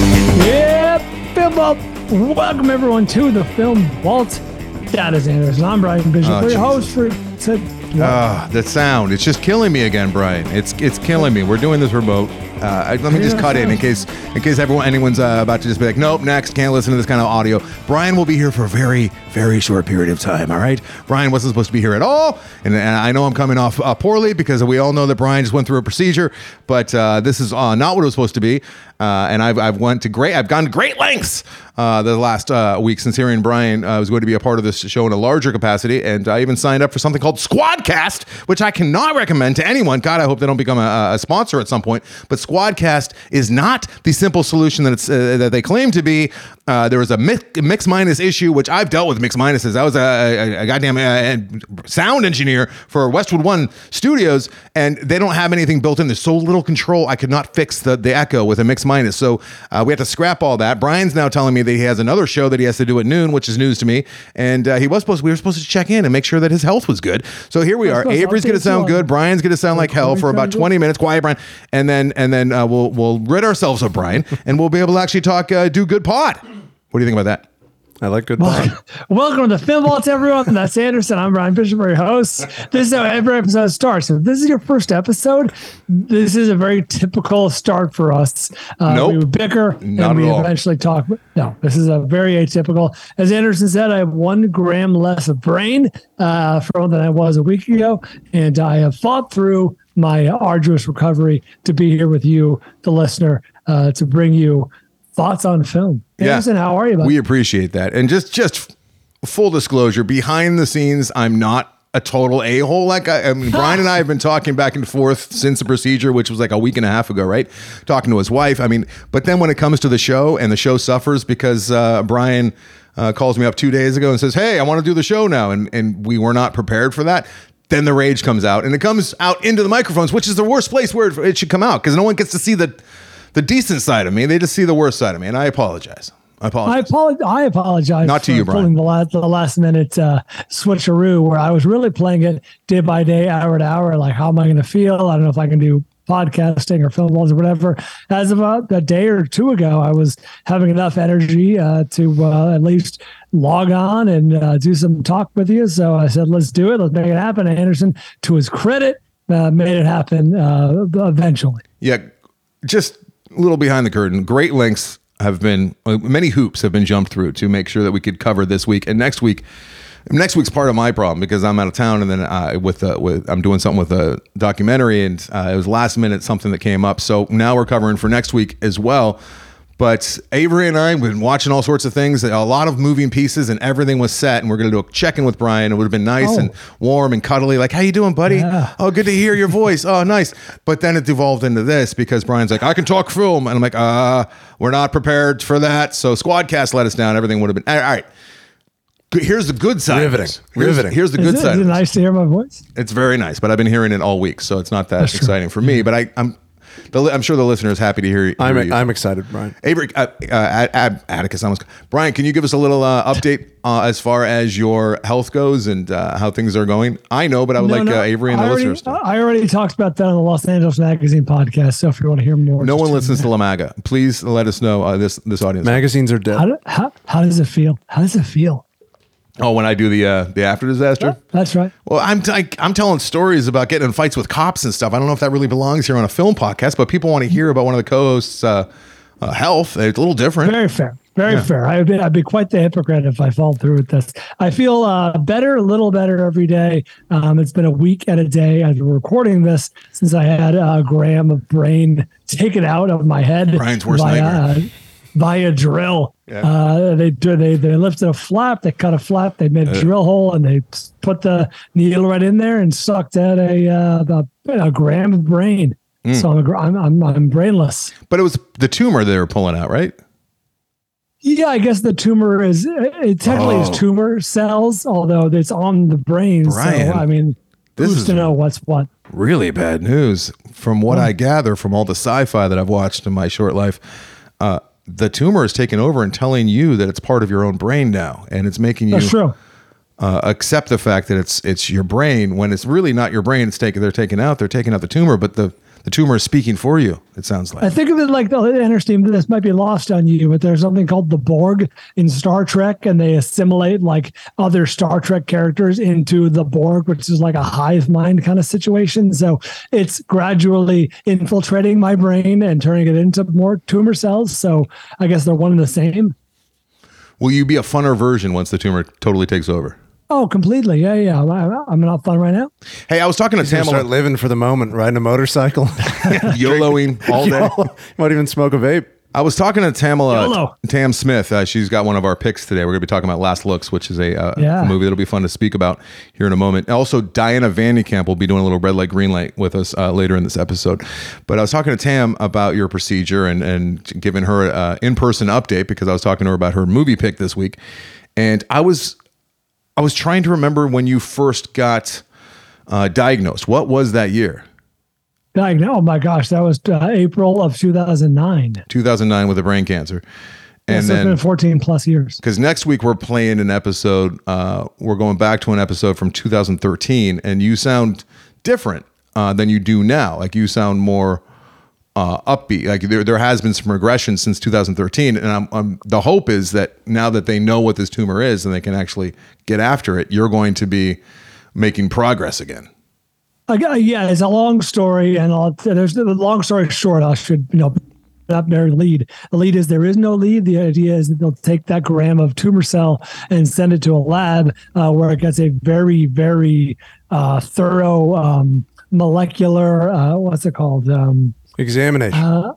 Yep, Film Vault. Welcome everyone to the Film Vault. That is Anderson. I'm Brian Bishop, Oh, your Jesus. host for to, Ah, that sound. It's just killing me again, Brian. It's it's killing me. We're doing this remote. Uh, I- let me just Yeah, cut in in sounds- case in case everyone anyone's uh, about to just be like, nope, next, can't listen to this kind of audio. Brian will be here for a very very short period of time. All right, Brian wasn't supposed to be here at all, and, and I know I'm coming off uh, poorly because we all know that Brian just went through a procedure, but uh, this is uh, not what it was supposed to be. Uh, and I've I've went to great I've gone to great lengths uh, the last uh, week since hearing Brian uh, was going to be a part of this show in a larger capacity, and I even signed up for something called Squadcast, which I cannot recommend to anyone. God, I hope they don't become a, a sponsor at some point. But Squadcast is not the simple solution that it's uh, that they claim to be. Uh, there was a mix, mix minus issue, which I've dealt with mix minuses. I was a, a, a goddamn uh, and sound engineer for Westwood One Studios, and they don't have anything built in. There's so little control. I could not fix the, the echo with a mix minus. So uh, we had to scrap all that. Brian's now telling me that he has another show that he has to do at noon, which is news to me. And uh, he was supposed we were supposed to check in and make sure that his health was good. So here we That's are. nice. Avery's going to Updates you sound on- good. Brian's going to sound like hell Corey's for about sounding good. 20 minutes. Quiet, Brian. And then and then uh, we'll we'll rid ourselves of Brian, and we'll be able to actually talk uh, do good pod. What do you think about that? I like good welcome, welcome to the Film Vault, everyone. That's Anderson. I'm Brian Bishop, your host. This is how every episode starts. If this is your first episode, this is a very typical start for us. Uh, Nope. We would bicker Not at and we all. eventually talk. No, this is a very atypical. As Anderson said, I have one gram less of brain uh, from than I was a week ago, and I have fought through my arduous recovery to be here with you, the listener, uh, to bring you thoughts on film. Yeah. Anderson, how are you? bud? We appreciate that. And just just f- full disclosure, behind the scenes, I'm not a total a hole. Like I, I mean, Brian and I have been talking back and forth since the procedure, which was like a week and a half ago, right? Talking to his wife. I mean, but then when it comes to the show, and the show suffers because uh, Brian. Uh, calls me up two days ago and says, "Hey, I want to do the show now," and and we were not prepared for that. Then the rage comes out, and it comes out into the microphones, which is the worst place where it, it should come out because no one gets to see the the decent side of me. They just see the worst side of me, and I apologize. I apologize. I apologize. I apologize. Not to for you, Brian. Pulling the last, the last minute uh, switcheroo where I was really playing it day by day, hour to hour. Like, how am I going to feel? I don't know if I can do podcasting or film balls or whatever. As of about a day or two ago, I was having enough energy uh, to uh, at least log on and uh, do some talk with you. So I said, let's do it. Let's make it happen. And Anderson, to his credit, uh, made it happen uh, eventually. Yeah, just a little behind the curtain. Great lengths have been uh, many hoops have been jumped through to make sure that we could cover this week and next week. Next week's part of my problem because I'm out of town and then uh, with uh, with I'm doing something with a documentary and uh, it was last minute something that came up. So now we're covering for next week as well. But Avery and I have been watching all sorts of things, a lot of moving pieces, and everything was set. And we're going to do a check in with Brian. It would have been nice and Oh. warm and cuddly, like, "How you doing, buddy? Oh, good to hear your voice. Oh, nice." But then it devolved into this because Brian's like, "I can talk film," and I'm like, "Uh, we're not prepared for that." So Squadcast let us down. Everything would have been all right. Good- Here's the good side. of Riveting. this. Here's, Riveting. here's the Is good it- side. is of it this. nice to hear my voice? It's very nice, but I've been hearing it all week, so it's not that exciting for me. But I, I'm, the, li- I'm sure the listener is happy to hear. hear I'm you. I'm excited, Brian. Avery, uh, uh, Ad- Atticus, I almost. Brian, can you give us a little uh, update uh, as far as your health goes and uh, how things are going? I know, but I would No, like no, uh, Avery and the I already, listeners. To, I already talked about that on the Los Angeles Magazine podcast. So if you want to hear more, no just one tune listens in. to Lamaga. Please let us know uh, this this audience. Magazines are How, dead. do, how, how does it feel? How does it feel? Oh, when I do the uh, the after disaster. That's right. Well, I'm t- I, I'm telling stories about getting in fights with cops and stuff. I don't know if that really belongs here on a film podcast, but people want to hear about one of the co-hosts' uh, uh, health. It's a little different. Very fair. Very fair. I'd be, I'd be quite the hypocrite if I fall through with this. I feel uh, better, a little better every day. Um, it's been a week and a day as we're recording this since I had a gram of brain taken out of my head Brian's worst by, nightmare. uh, by a drill. Yeah. Uh, they do- they they lifted a flap, they cut a flap, they made a drill hole, and they put the needle right in there and sucked out a uh, about a gram of brain. Hmm. So I'm, a, gr- I'm I'm I'm brainless. But it was the tumor they were pulling out, right? Yeah, I guess the tumor is it technically Oh. is tumor cells, although it's on the brain. Brian, so I mean, this who's is- to know what's what? Really bad news. From Oh. what I gather from all the sci-fi that I've watched in my short life, uh, the tumor is taking over and telling you that it's part of your own brain now, and it's making you That's true. uh, accept the fact that it's it's your brain when it's really not your brain. It's taking they're taking out they're taking out the tumor, but the the tumor is speaking for you. It sounds like. I think of it like the interesting. This might be lost on you, but there's something called the Borg in Star Trek, and they assimilate like other Star Trek characters into the Borg, which is like a hive mind kind of situation. So it's gradually infiltrating my brain and turning it into more tumor cells. So I guess they're one and the same. Will you be a funner version once the tumor totally takes over? Oh, completely. Yeah, yeah. I'm, I'm not fun right now. Hey, I was talking to Gonna start Tamala, living for the moment, riding a motorcycle. YOLOing all day. Might even smoke a vape. I was talking to Tamala, YOLO. Tam Smith. Uh, she's got one of our picks today. We're going to be talking about Last Looks, which is a uh, Yeah. movie that'll be fun to speak about here in a moment. Also, Diana Vandekamp will be doing a little red light, green light with us uh, later in this episode. But I was talking to Tam about your procedure and, and giving her an in person update because I was talking to her about her movie pick this week. And I was I was trying to remember when you first got uh, diagnosed. What was that year? Like, oh my gosh, that was uh, April of 2009. 2009 with a brain cancer. And so then it's been 14 plus years. because next week we're playing an episode. Uh, we're going back to an episode from 2013, and you sound different uh, than you do now. Like you sound more uh, upbeat. Like there, there has been some regression since 2013, and I'm, I'm, the hope is that now that they know what this tumor is and they can actually get after it, you're going to be making progress again. I got- yeah, it's a long story, and I'll, there's the long story short. I should you know put up their lead. The lead is there is no lead. The idea is that they'll take that gram of tumor cell and send it to a lab uh, where it gets a very very uh, thorough um, molecular uh, what's it called. Um, Examination. Uh,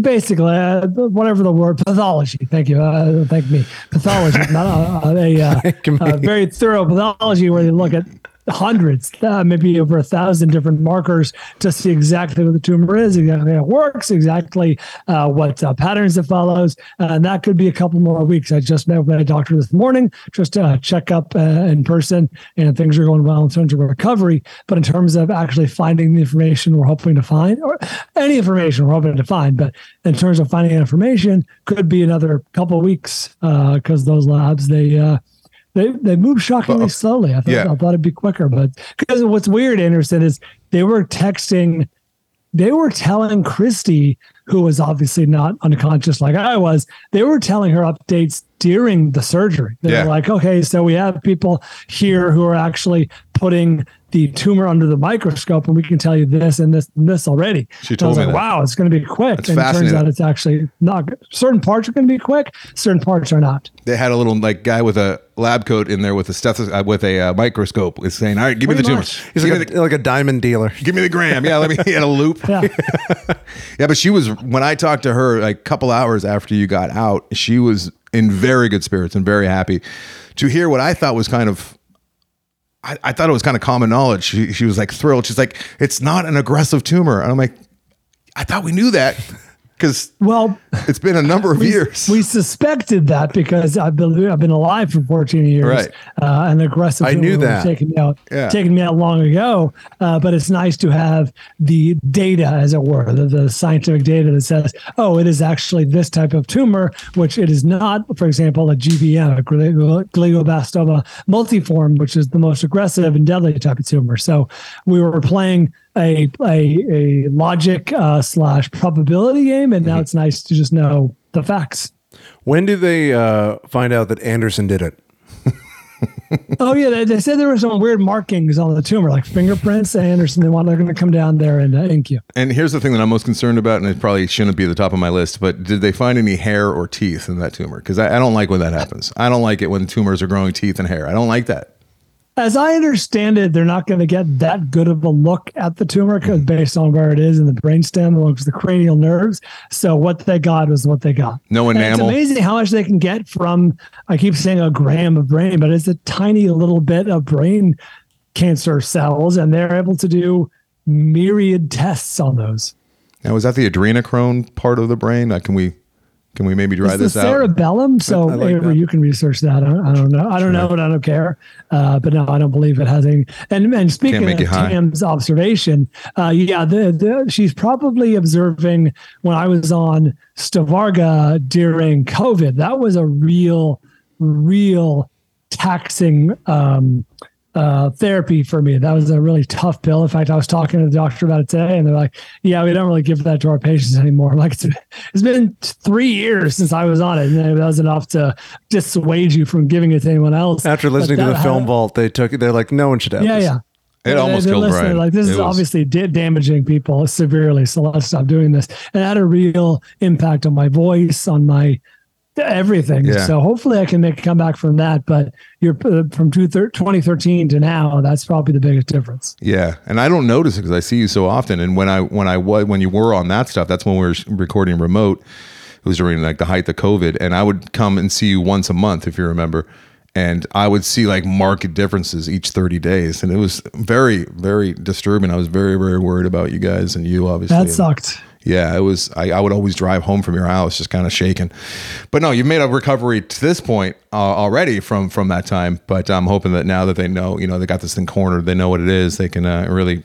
basically uh, whatever the word pathology thank you uh, thank me pathology not a, a, uh, uh, very thorough pathology where they look at hundreds uh, maybe over a thousand different markers to see exactly what the tumor is exactly how it works exactly uh, what uh, patterns it follows uh, and that could be a couple more weeks i just met with my doctor this morning just to uh, check up uh, in person and things are going well in terms of recovery but in terms of actually finding the information we're hoping to find or any information we're hoping to find but in terms of finding information could be another couple weeks because those labs they uh they, they move shockingly slowly. I thought yeah. I thought it'd be quicker, but because what's weird, Anderson, is they were texting they were telling Christy, who was obviously not unconscious like I was, they were telling her updates during the surgery. They Yeah. were like, okay, so we have people here who are actually putting the tumor under the microscope, and we can tell you this and this and this already. She And told I was me like, that. wow, it's going to be quick. That's and it turns fascinating. out it's actually not. good. Certain parts are going to be quick, certain parts are not. They had a little like guy with a lab coat in there with a stethos- uh, with a uh, microscope is saying, "All right, give me Pretty the tumor. much. He's give, like me a, like a diamond dealer. the, give me the gram." Yeah, let me. He had a loop. Yeah. Yeah, but she was when I talked to her like a couple hours after you got out, she was in very good spirits and very happy to hear what I thought was kind of I, I thought it was kind of common knowledge. She, she was like thrilled. She's like, it's not an aggressive tumor. And I'm like, I thought we knew that because well, it's been a number of years. we suspected that because I've been I've been alive for 14 years. Right. Uh, and aggressive. I knew that. Taken me out. Yeah. Taken me out long ago. Uh, but it's nice to have the data, as it were, the, the scientific data that says, oh, it is actually this type of tumor, which it is not. For example, a GBM, a glio- glioblastoma multiforme, which is the most aggressive and deadly type of tumor. So we were playing a a, a logic uh, slash probability game, and now it's nice to just know the facts. When do they uh, find out that Anderson did it? oh yeah, they, they said there were some weird markings on the tumor, like fingerprints. And Anderson, they want they're going to come down there and uh, ink you. And here's the thing that I'm most concerned about, and it probably shouldn't be at the top of my list, but did they find any hair or teeth in that tumor? Because I, I don't like when that happens. I don't like it when tumors are growing teeth and hair. I don't like that. As I understand it, they're not going to get that good of a look at the tumor because based on where it is in the brainstem, along with the cranial nerves. So what they got was what they got. No And enamel. It's amazing how much they can get from. I keep saying a gram of brain, but it's a tiny little bit of brain cancer cells, and they're able to do myriad tests on those. Now, is that the adrenochrome part of the brain? Like, can we can we maybe dry It's the this out? cerebellum. So I like Avery, that. you can research that. I don't, I don't know. I don't know, and I don't care. Uh, but no, I don't believe it has any. And and speaking make of you high. Tam's observation, uh, yeah, the, the, she's probably observing when I was on Stavarga during COVID. That was a real, real taxing um, uh, therapy for me. That was a really tough pill. In fact, I was talking to the doctor about it today, and they're like, "Yeah, we don't really give that to our patients anymore." I'm like, it's, it's been three years since I was on it, and that was enough to dissuade you from giving it to anyone else. After But listening to that the film had- vault, they took. They're like, no one should have. yeah, this. yeah. It They- almost uh, they're killed listening, Brian. Like this It is was- obviously da- damaging people severely, so let's stop doing this. And it had a real impact on my voice, on my everything. Yeah. So hopefully, I can make a comeback from that. But you're uh, from two thir- 2013 to now. That's probably the biggest difference. Yeah, and I don't notice because I see you so often. And when I when I was when you were on that stuff, that's when we were sh- recording remote. It was during like the height of COVID, and I would come and see you once a month if you remember. And I would see like marked differences each thirty days, and it was very very disturbing. I was very very worried about you guys and you obviously. That And- sucked. yeah, it was. I, I would always drive home from your house, just kind of shaken. But no, you've made a recovery to this point uh, already from from that time. But I'm hoping that now that they know, you know, they got this thing cornered, they know what it is, they can uh, really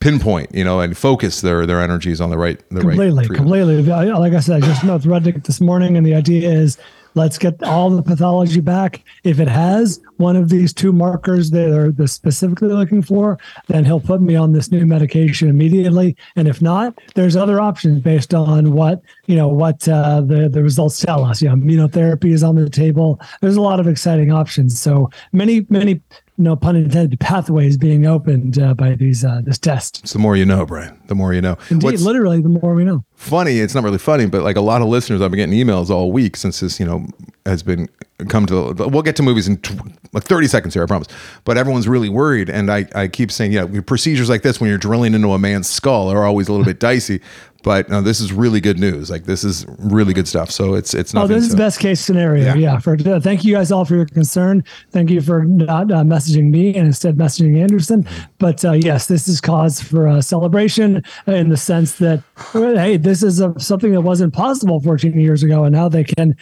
pinpoint, you know, and focus their their energies on the right the completely, right. treatment. completely. I- Like I said, I just met Rudnick this morning, and the idea is let's get all the pathology back. If it has one of these two markers that are the specifically looking for, then he'll put me on this new medication immediately. And if not, there's other options based on what you know what uh, the the results tell us. You know, immunotherapy is on the table. There's a lot of exciting options. So many, many. No pun intended. Pathways being opened uh, by these uh, this test. It's the more you know, Brian. The more you know. Indeed, What's- literally, the more we know. funny. It's not really funny, but like a lot of listeners, I've been getting emails all week since this, you know, has been come to. the We'll get to movies in tw- like thirty seconds here, I promise. But everyone's really worried, and I I keep saying, yeah, procedures like this when you're drilling into a man's skull are always a little bit dicey. But no, this is really good news. Like this is really good stuff. So it's it's Oh, nothing. this is to- best case scenario. Yeah. Yeah. For uh, thank you guys all for your concern. Thank you for not uh, messaging me and instead messaging Anderson. But uh, yes, this is cause for uh, celebration in the sense that well, hey, this is a, something that wasn't possible 14 years ago, and now they can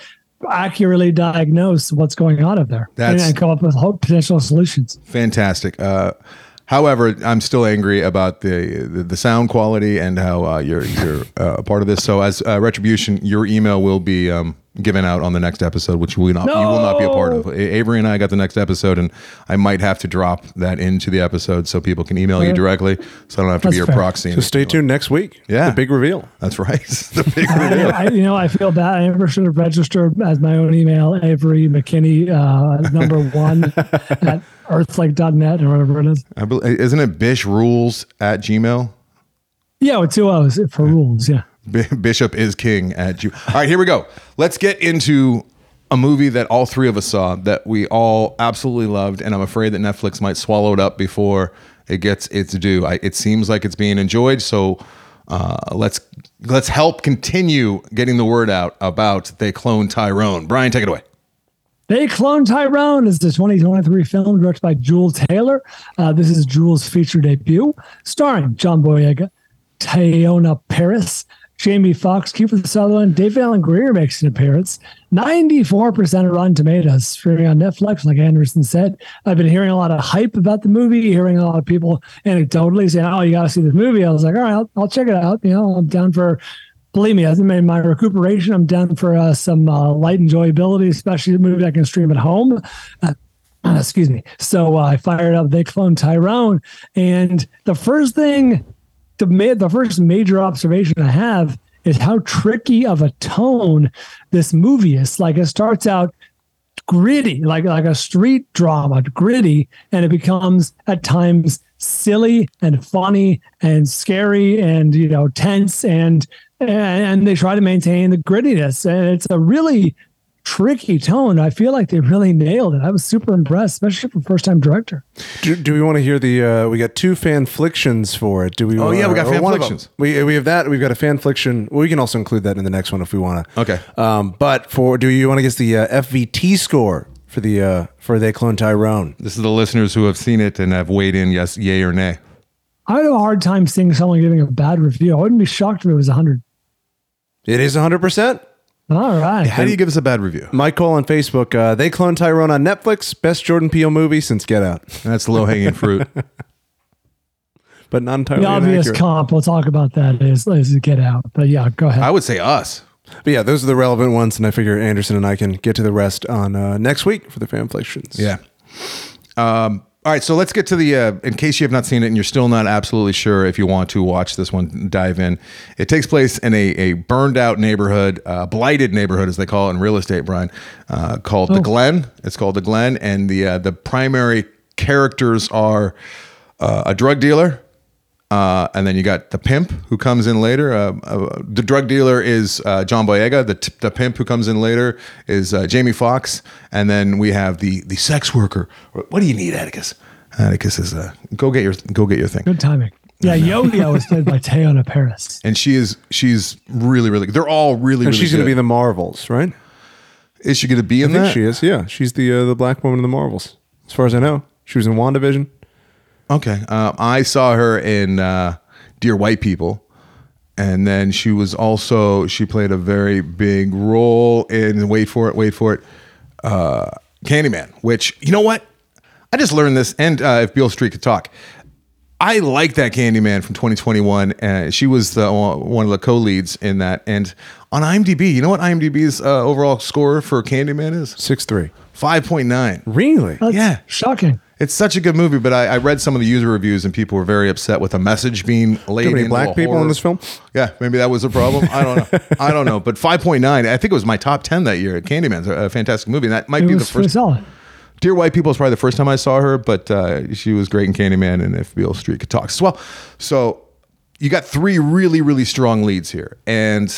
accurately diagnose what's going on up there and- That's- and come up with hope, potential solutions. fantastic. Uh, however, I'm still angry about the the, the sound quality and how uh, you're you're uh, a part of this. So as uh, retribution, your email will be um, given out on the next episode, which you will not you will not be a part of. A- Avery and I got the next episode, and I might have to drop that into the episode so people can email you Fair. directly, so I don't have to That's be your fair. proxy. So stay tuned next week. Yeah. the big reveal. That's right. the big I, reveal. I, you know, I feel bad. I never should have registered as my own email, Avery McKinney, uh, number one at earthlake.net or whatever it is. I bel uh, isn't it Bish Rules at Gmail? Yeah, with two O's for rules. Yeah. B- Bishop is king at you. All right, here we go. Let's get into a movie that all three of us saw that we all absolutely loved, and I'm afraid that Netflix might swallow it up before it gets its due. I, it seems like it's being enjoyed, so uh, let's let's help continue getting the word out about they clone Tyrone. Brian, take it away. They Clone Tyrone is the 2023 film directed by Jewel Taylor. Uh, this is Jewel's feature debut, starring John Boyega, Tayona Paris, Jamie Foxx, Kiefer Sutherland, David Allen Greer makes an appearance. 94% of Rotten Tomatoes streaming on Netflix, like Anderson said. I've been hearing a lot of hype about the movie, hearing a lot of people anecdotally saying, oh, you got to see this movie. I was like, all right, I'll, I'll check it out. You know, I'm down for believe me, as I'm in my recuperation, I'm down for uh, some uh, light enjoyability, especially the movie I can stream at home. Uh, excuse me. So uh, I fired up They Clone Tyrone, and the first thing, the ma- the first major observation I have is how tricky of a tone this movie is. Like it starts out gritty, like like a street drama, gritty, and it becomes at times silly and funny and scary and you know tense and and, and they try to maintain the grittiness and it's a really tricky tone. I feel like they really nailed it. I was super impressed, especially for first time director. Do, do we want to hear the? Uh, we got two fanflictions for it. Do we? Oh, yeah, we got or one of them. fanflictions. We we have that. We've got a fanfliction. Well, we can also include that in the next one if we want to. Okay. Um, but for do you want to guess the uh, FVT score for the uh, for they clone Tyrone? This is the listeners who have seen it and have weighed in, yes, yay or nay. I would have a hard time seeing someone giving a bad review. I wouldn't be shocked if it was 100. It is 100. percent All right. How do you give us a bad review? My call on Facebook. Uh, they clone Tyrone on Netflix. Best Jordan Peele movie since Get Out, That's the low hanging fruit. but not entirely the obvious inaccurate. comp, we'll talk about that is, is Get Out. But yeah, go ahead. I would say us. But yeah, those are the relevant ones, and I figure Anderson and I can get to the rest on uh, next week for the fanflictions. Yeah. Um, all right, so let's get to the. Uh, in case you have not seen it and you're still not absolutely sure if you want to watch this one, dive in. It takes place in a, a burned out neighborhood, uh, blighted neighborhood, as they call it in real estate, Brian, uh, called the Glen. It's called the Glen, and the uh, the primary characters are uh, a drug dealer, uh, and then you got the pimp who comes in later. Uh, uh, the drug dealer is uh, John Boyega. The, t- the pimp who comes in later is uh, Jamie Foxx. And then we have the the sex worker. What do you need, Atticus? Atticus is uh, go get your go get your thing. Good timing. Yeah, Yo Yo is played by Teona Paris. And she is she's really really. They're all really. And really she's going to be good. the Marvels, right? Is she going to be in I think that? she is. Yeah, she's the uh, the black woman in the Marvels, as far as I know. She was in Wandavision. Okay. Um, I saw her in uh, Dear White People. And then she was also, she played a very big role in, wait for it, wait for it, uh, Candyman, which, you know what? I just learned this. And uh, if Beale Street could talk, I like that Candyman from 2021. Uh, she was the, one of the co leads in that. And on IMDb, you know what IMDb's uh, overall score for Candyman is? Six three. 5.9. Really? That's Yeah. shocking. It's such a good movie, but I, I read some of the user reviews and people were very upset with the message being laid Too many into black the people horror. in this film. Yeah, maybe that was a problem. I don't know. I don't know. But 5.9, I think it was my top 10 that year. Candyman's a, a fantastic movie. And that might It be the was pretty first. solid. Dear White People is probably the first time I saw her, but uh, she was great in Candyman and If Beale Street Could Talk as well. So you got three really, really strong leads here. And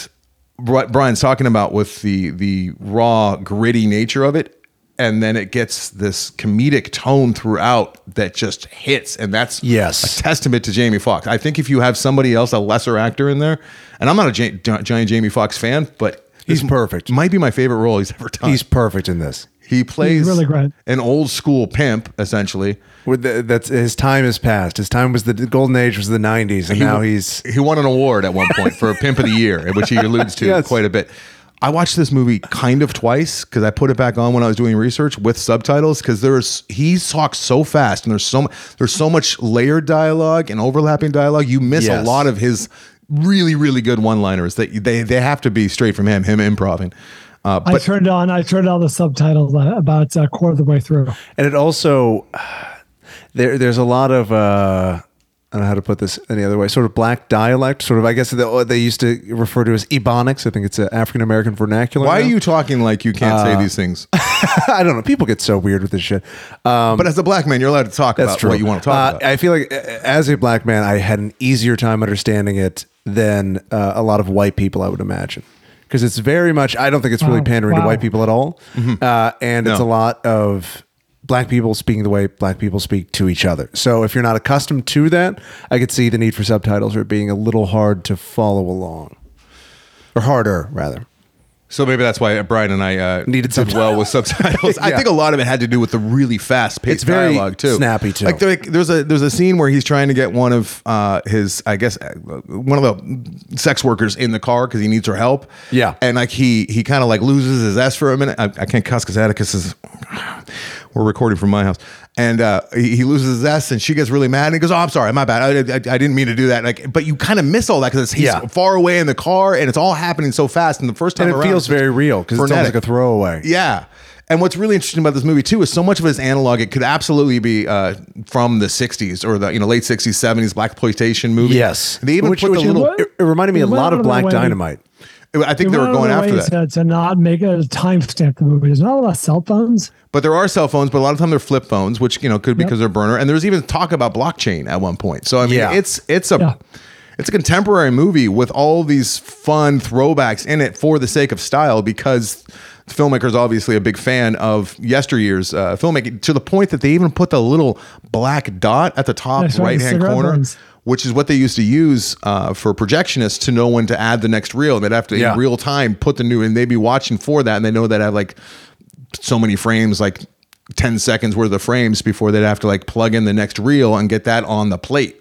what Brian's talking about with the the raw, gritty nature of it, and then it gets this comedic tone throughout that just hits. And that's Yes. a testament to Jamie Foxx. I think if you have somebody else, a lesser actor in there, and I'm not a gi- giant Jamie Foxx fan, but He's this perfect. Might be my favorite role he's ever done. He's perfect in this. He plays really great. an old school pimp, essentially. With the, that's his time has passed. His time was the, the golden age was the '90s, and now he's He won an award at one point for Pimp of the Year, which he alludes to Yes. quite a bit. I watched this movie kind of twice because I put it back on when I was doing research with subtitles because there's he talks so fast and there's so mu- there's so much layered dialogue and overlapping dialogue. You miss a Yes. lot of his really really good one liners that they they have to be straight from him him improving. Uh, I but turned on I turned on the subtitles uh, about a quarter of the way through. and it also there there's a lot of uh I don't know how to put this any other way. Sort of black dialect, sort of. I guess they, they used to refer to as ebonics. I think it's an African American vernacular. why are now. you talking like you can't Uh, say these things? I don't know. People get so weird with this shit. Um, But as a black man, you're allowed to talk That's about true. what you want to talk Uh, about. I feel like uh, as a black man, I had an easier time understanding it than uh, a lot of white people, I would imagine. Because it's very much, I don't think it's really Wow. pandering to Wow. white people at all. Uh, and it's a Mm-hmm. No. lot of black people speaking the way black people speak to each other. So if you're not accustomed to that, I could see the need for subtitles or it being a little hard to follow along, or harder, rather. So maybe that's why Brian and I uh, Needed did well with subtitles. I Yeah. think a lot of it had to do with the really fast paced It's very dialogue too, snappy, too. Like, there- like, there's a there's a scene where he's trying to get one of uh, his I guess uh, one of the sex workers in the car because he needs her help. Yeah. and like he he kind of like loses his ass for a minute. I, I can't cuss because Atticus is we're recording from my house. And uh, he, he loses his ass, and she gets really mad. And he goes, "Oh, I'm sorry, my bad. I, I, I didn't mean to do that." Like, but you kind of miss all that because he's Yeah. far away in the car, and it's all happening so fast. And the first time And it around, feels it's just very real because it's almost frenetic. like a throwaway. Yeah. And what's really interesting about this movie too is so much of it is analog. It could absolutely be uh, from the '60s or the you know late '60s, '70s black exploitation movie. Yes, they even which, put which the it- little It, it reminded me a Well, lot of what Black about when- Dynamite. I think they were One of going the after ways that. To, to not make a timestamp the movie. There's not a lot of cell phones. But there are cell phones, but a lot of time they're flip phones, which you know could be because they're burner. And there's even talk about blockchain at one point. So I mean, Yeah. it's it's a Yeah. it's a contemporary movie with all these fun throwbacks in it for the sake of style because the filmmaker is obviously a big fan of yesteryear's uh, filmmaking to the point that they even put the little black dot at the top That's right, right the hand cigarette corner. buns. Which is what they used to use uh, for projectionists to know when to add the next reel. They'd have to Yeah. in real time put the new, and they'd be watching for that, and they know that at like so many frames, like 10 seconds worth of frames before they'd have to like plug in the next reel and get that on the plate.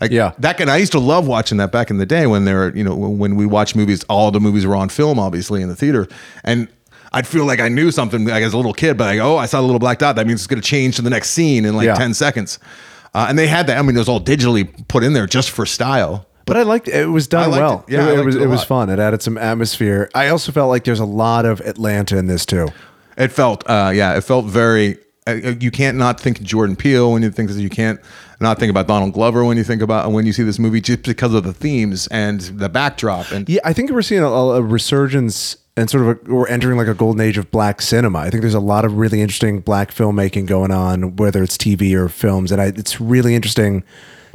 Like Yeah. that can I used to love watching that back in the day when there, you know, when we watched movies, all the movies were on film, obviously in the theater. And I'd feel like I knew something like as a little kid, but like, oh, I saw the little black dot. That means it's going to change to the next scene in like Yeah. 10 seconds. Uh, and they had that. I mean, it was all digitally put in there just for style. But I liked it. was done I liked well. it. Yeah, I it, liked was it it, a was lot. fun. It added some atmosphere. I also felt like there's a lot of Atlanta in this too. It felt, uh, yeah, it felt very. Uh, you can't not think of Jordan Peele when you think you can't not think about Donald Glover when you think about uh, when you see this movie just because of the themes and the backdrop and Yeah, I think we're seeing a, a resurgence and sort of a, we're entering like a golden age of black cinema. I think there's a lot of really interesting black filmmaking going on, whether it's TV or films, and I, it's really interesting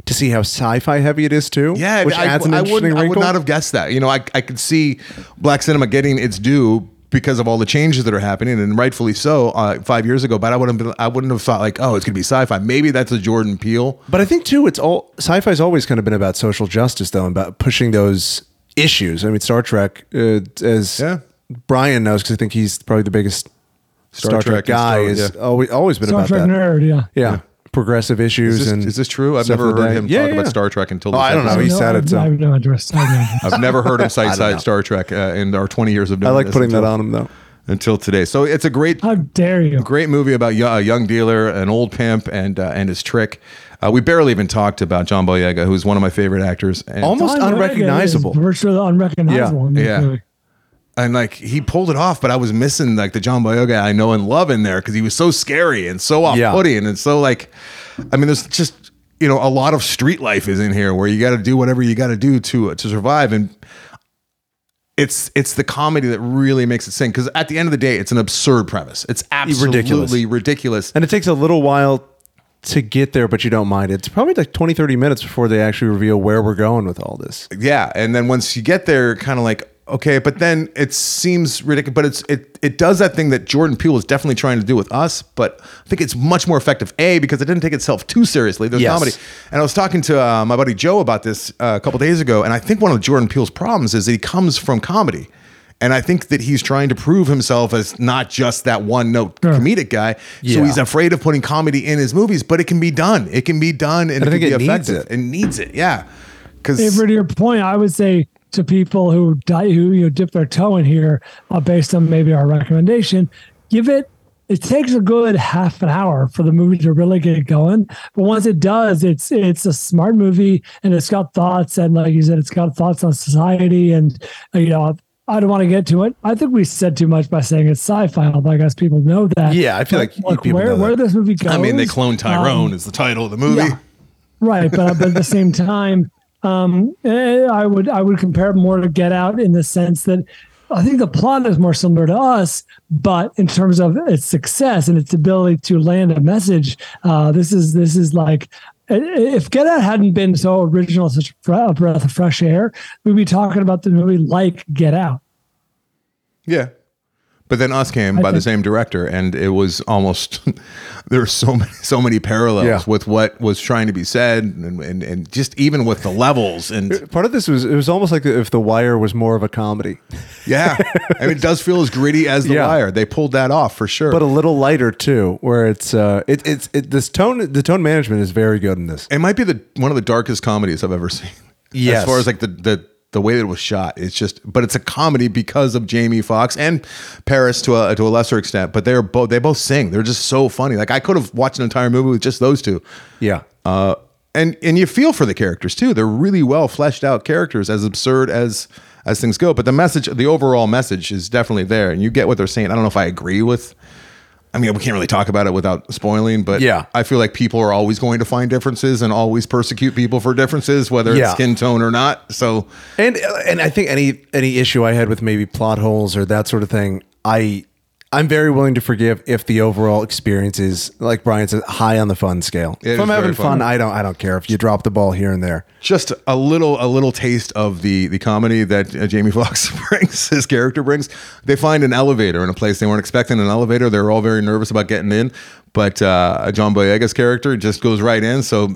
to see how sci-fi heavy it is too. yeah, which I, adds an I interesting wouldn't- I would wrinkle. not have guessed that. You know, I I could see black cinema getting its due because of all the changes that are happening and rightfully so uh, five years ago. But I wouldn't have been, I wouldn't have thought like oh it's gonna be sci-fi. Maybe that's a Jordan Peele. But I think too, it's all sci-fi's always kind of been about social justice, though, and about pushing those issues. I mean, Star Trek, uh, as Yeah. Brian knows, because I think he's probably the biggest Star, Trek, Trek and guy, Star- is yeah. always always been Star about Trek that. nerd. Yeah. Yeah. progressive issues Is this, and is this true? I've stuff never of the heard day. him Yeah, talk yeah, about yeah. Star Trek until. Oh, this I don't know. episode. He No, said I've- it. So. I have no interest. I have no interest. I've never heard him I cite, don't know. cite Star Trek uh, in our 20 years of I doing like this putting that until- on him though. until today. So it's a great, How dare you? great movie about yo- a young dealer, an old pimp, and uh, and his trick. Uh, we barely even talked about John Boyega, who's one of my favorite actors. And, Almost Don Reagan is unrecognizable. Virtually unrecognizable. Yeah, in this yeah. movie. and like he pulled it off, but I was missing like the John Boyega I know and love in there because he was so scary and so off putting and so like, I mean, there's just you know a lot of street life is in here where you got to do whatever you got to do to uh, to survive and. It's it's the comedy that really makes it sing because at the end of the day, it's an absurd premise. It's absolutely Ridiculous. ridiculous. And it takes a little while to get there, but you don't mind it. It's probably like 20, 30 minutes before they actually reveal where we're going with all this. yeah and then once you get there kind of like okay but then it seems ridiculous but it's it it does that thing that jordan peele is definitely trying to do with us but i think it's much more effective a because it didn't take itself too seriously there's Yes. comedy and i was talking to uh, my buddy joe about this uh, a couple days ago and i think one of jordan peele's problems is that he comes from comedy and I think that he's trying to prove himself as not just that one note comedic guy. So Yeah. he's afraid of putting comedy in his movies, but it can be done. It can be done and I it can think be it needs effective. it. needs it. Yeah. Because Avery, to your point, I would say to people who die, who you know, dip their toe in here, uh, based on maybe our recommendation, give it. It takes a good half an hour for the movie to really get going, but once it does, it's it's a smart movie and it's got thoughts and like you said, it's got thoughts on society and uh, you know. I don't want to get to it. I think we said too much by saying it's sci-fi, although I guess people know that. Yeah, I feel like people where know that. where this movie goes. I mean, they cloned um, Tyrone is the title of the movie. yeah. right but, but at the same time um eh, i would i would compare it more to get out in the sense that i think the plot is more similar to us but in terms of its success and its ability to land a message uh this is this is like i- i- if Get Out hadn't been so original, such a fre- a breath of fresh air, we'd be talking about the movie like Get Out. Yeah. But then Us came by the same director, and it was almost there are so many so many parallels Yeah. with what was trying to be said, and, and and just even with the levels, and Part of this was it was almost like if The Wire was more of a comedy, yeah, I mean, it does feel as gritty as The Yeah. Wire. They pulled that off for sure. but a little lighter too, where it's uh, it, it's it, this tone the tone management is very good in this. it might be the one of the darkest comedies I've ever seen. Yes. as far as like the the the way that it was shot, it's just. But it's a comedy because of Jamie Foxx and Paris to a to a lesser extent. But they're both they both sing. They're just so funny. Like I could have watched an entire movie with just those two. Yeah, Uh, and and you feel for the characters too. They're really well fleshed out characters, as absurd as as things go. But the message, the overall message, is definitely there, and you get what they're saying. I don't know if I agree with I mean, we can't really talk about it without spoiling, but Yeah. I feel like people are always going to find differences and always persecute people for differences, whether Yeah. it's skin tone or not. So And uh, and I think any any issue I had with maybe plot holes or that sort of thing, I I'm very willing to forgive if the overall experience is like Brian says high on the fun scale. It if I'm is very having fun, fun. I don't I don't care if you drop the ball here and there. just a little a little taste of the the comedy that uh, Jamie Foxx brings his character brings they find an elevator in a place they weren't expecting an elevator they were all very nervous about getting in but uh, John Boyega's character just goes right in so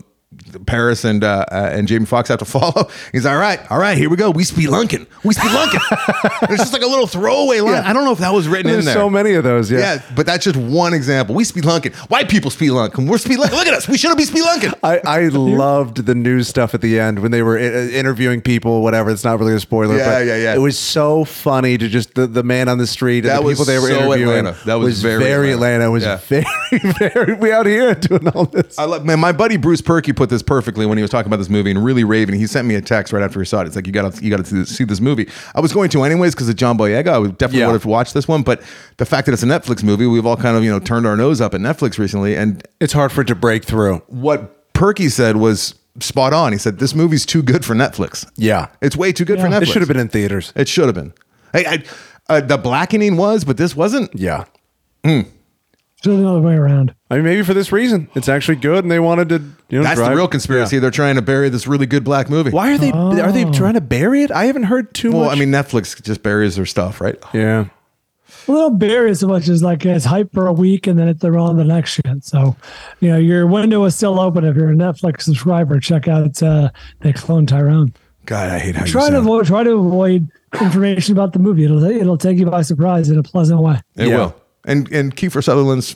Paris and uh, uh, and Jamie Foxx have to follow he's all right all right here we go we spelunking we spelunking it's just like a little throwaway line Yeah. I don't know if that was written There's in there so many of those. Yeah. yeah. but that's just one example. We spelunking. White people spelunking. We're spelunking. Look at us. We shouldn't be spelunking. I, I loved the news stuff at the end when they were i- interviewing people, whatever. It's not really a spoiler. Yeah, but yeah, yeah. It was so funny to just the, the man on the street and That the was people they were so interviewing. Atlanta. That was very Atlanta. Atlanta. It was Yeah. very, very. We out here doing all this. I love man. My buddy Bruce Perky put this perfectly when he was talking about this movie and really raving. He sent me a text right after he saw it. It's like you got to you got to see, this- see this movie. I was going to anyways because of John Boyega. I would definitely Yeah. would have watched this one, but the fact that it's a Netflix movie, we've all kind of you know turned our nose up at Netflix recently. And It's hard for it to break through. what Perky said was spot on. He said this movie's too good for Netflix. Yeah. it's way too good for Netflix. It should have been in theaters. It should have been. Hey, I, uh, the blackening was, but this wasn't. Yeah. There's another way around. I mean, maybe for this reason, it's actually good, and they wanted to. You know, That's drive- the real conspiracy. Yeah. They're trying to bury this really good black movie. Why are they? Are they trying to bury it? I haven't heard too Well, much. I mean, Netflix just buries their stuff, right? yeah. Well, they don't bury it so much as like it's hype for a week and then it, they're on the next shit. So, you know, your window is still open. If you're a Netflix subscriber, check out uh, They Clone Tyrone. God, I hate how you Try sound. to avoid, try to avoid information about the movie. It'll it'll take you by surprise in a pleasant way. It Yeah. will. And and Kiefer Sutherland's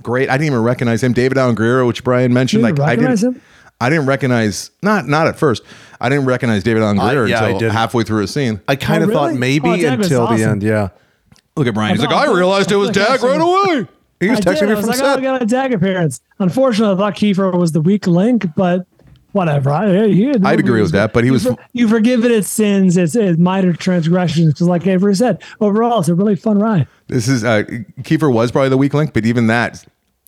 great. I didn't even recognize him. David Allen Greer, which Brian mentioned, You like didn't recognize I didn't. him? I didn't recognize not not at first. I didn't recognize David Allen I- Greer yeah, I until didn't. halfway through a scene. I kind Oh, of thought really? maybe Oh, Doug was until the awesome. end. Yeah. Look at Brian. He's I like, thought- I realized it was I thought- Dag right away. He was I texting did. me I was from like, set. oh, I got a tag appearance. Unfortunately, I thought Kiefer was the weak link, but whatever. I, he, I'd agree with that, but he was- You, for, you forgive it its sins, its, its minor transgressions. Because, like Avery said, overall, it's a really fun ride. This is uh, Kiefer was probably the weak link, but even that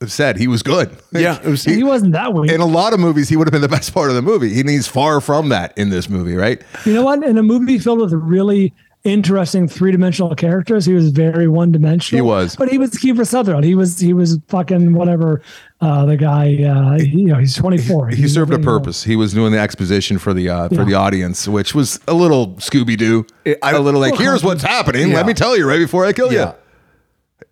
said, he was good. Yeah, it was- He, wasn't that weak. in a lot of movies, he would have been the best part of the movie. He needs far from that in this movie, right? You know what? In a movie filled with really interesting three-dimensional characters, he was very one-dimensional. He was. but he was Kiefer Sutherland. He was he was fucking whatever. Uh, the guy, uh, you know, he's twenty-four. He He's served a really old. purpose. He was doing the exposition for the uh, for Yeah. the audience, which was a little Scooby Doo, It- I- a little like Well, here's what's happening. yeah. Let me tell you right before I kill Yeah.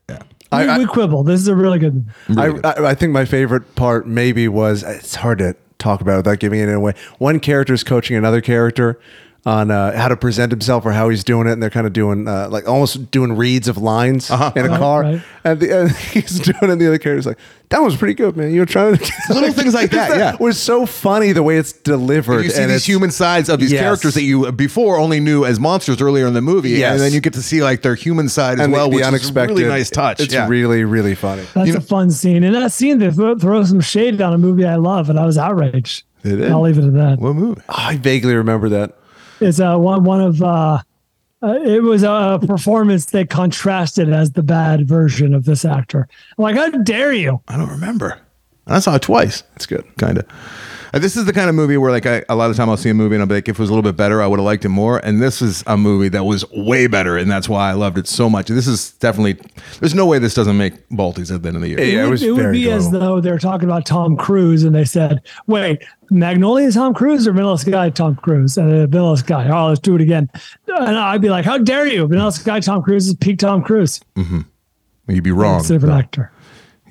We, I- I- we quibble. This is a really good. One. you. I, Really good. I, I think my favorite part maybe was it's hard to talk about it without giving it away. One character is coaching another character on uh, how to present himself or how he's doing it, and they're kind of doing uh, like almost doing reads of lines Uh-huh, in a Right, car. right. And, the, and he's doing it, and the other character's like, "That was pretty good, man. You were trying to Little things like that, yeah. was so funny the way it's delivered. you see and these it's- human sides of these Yes. characters that you uh, before only knew as monsters earlier in the movie, Yes. and then you get to see like their human side as and the- well, the, which unexpected. is a really nice touch. It's Yeah. really really funny. That's You know- a fun scene, and that scene they throw, throw some shade on a movie I love, and I was outraged. They did? I'll leave it at that. what movie? I vaguely remember that. It's uh, one one of uh, uh, it was a performance that contrasted as the bad version of this actor. I'm like, how dare you? I don't remember. And I saw it twice. It's good. kind of. This is the kind of movie where, like, I, a lot of time I'll see a movie and I'll be like, if it was a little bit better, I would have liked it more. And this is a movie that was way better, and that's why I loved it so much. This is definitely. There's no way this doesn't make Balties at the end of the year. Yeah, it would- was it would very be as enjoyable. though they're talking about Tom Cruise, and they said, "Wait, Magnolia is Tom Cruise or Vanilla Sky Tom Cruise?" And uh, Vanilla Sky, oh, let's do it again. And I'd be like, "How dare you? Vanilla Sky Tom Cruise is peak Tom Cruise. You'd be Oh, wrong. It's a different actor."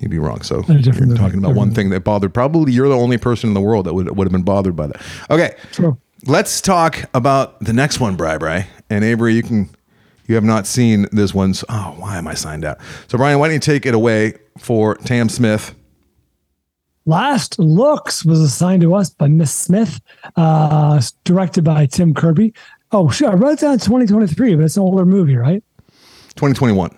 You'd be wrong. So a you're different movie. talking about one Different thing that bothered. Probably you're the only person in the world that would would have been bothered by that. Okay, True. let's talk about the next one, Bri Bri. And Avery, you can you have not seen this one. So, oh, why am I signed out? So Brian, why don't you take it away for Tam Smith? Last Looks was assigned to us by Miss Smith, uh, directed by Tim Kirby. Oh, sure. I wrote down 2023, but it's an older movie, right? 2021.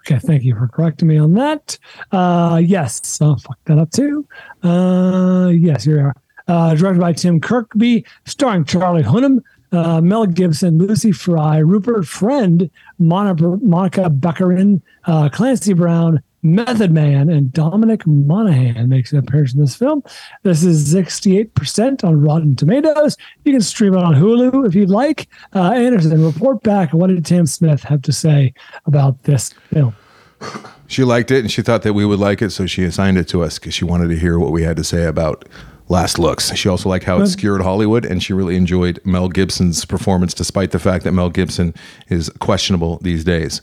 Okay, thank you for correcting me on that. Uh, yes, I'll fuck that up too. Uh, yes, here we are. Uh, directed by Tim Kirkby, starring Charlie Hunnam, uh, Mel Gibson, Lucy Fry, Rupert Friend, Monica, Monica Beckerin, uh, Clancy Brown, Method Man and Dominic Monaghan makes an appearance in this film. This is 68% on Rotten Tomatoes. You can stream it on Hulu if you'd like. Uh, Anderson, report back on what did Tim Smith have to say about this film? She liked it and she thought that we would like it, so she assigned it to us because she wanted to hear what we had to say about Last Looks. She also liked how it skewered Hollywood and she really enjoyed Mel Gibson's performance, despite the fact that Mel Gibson is questionable these days.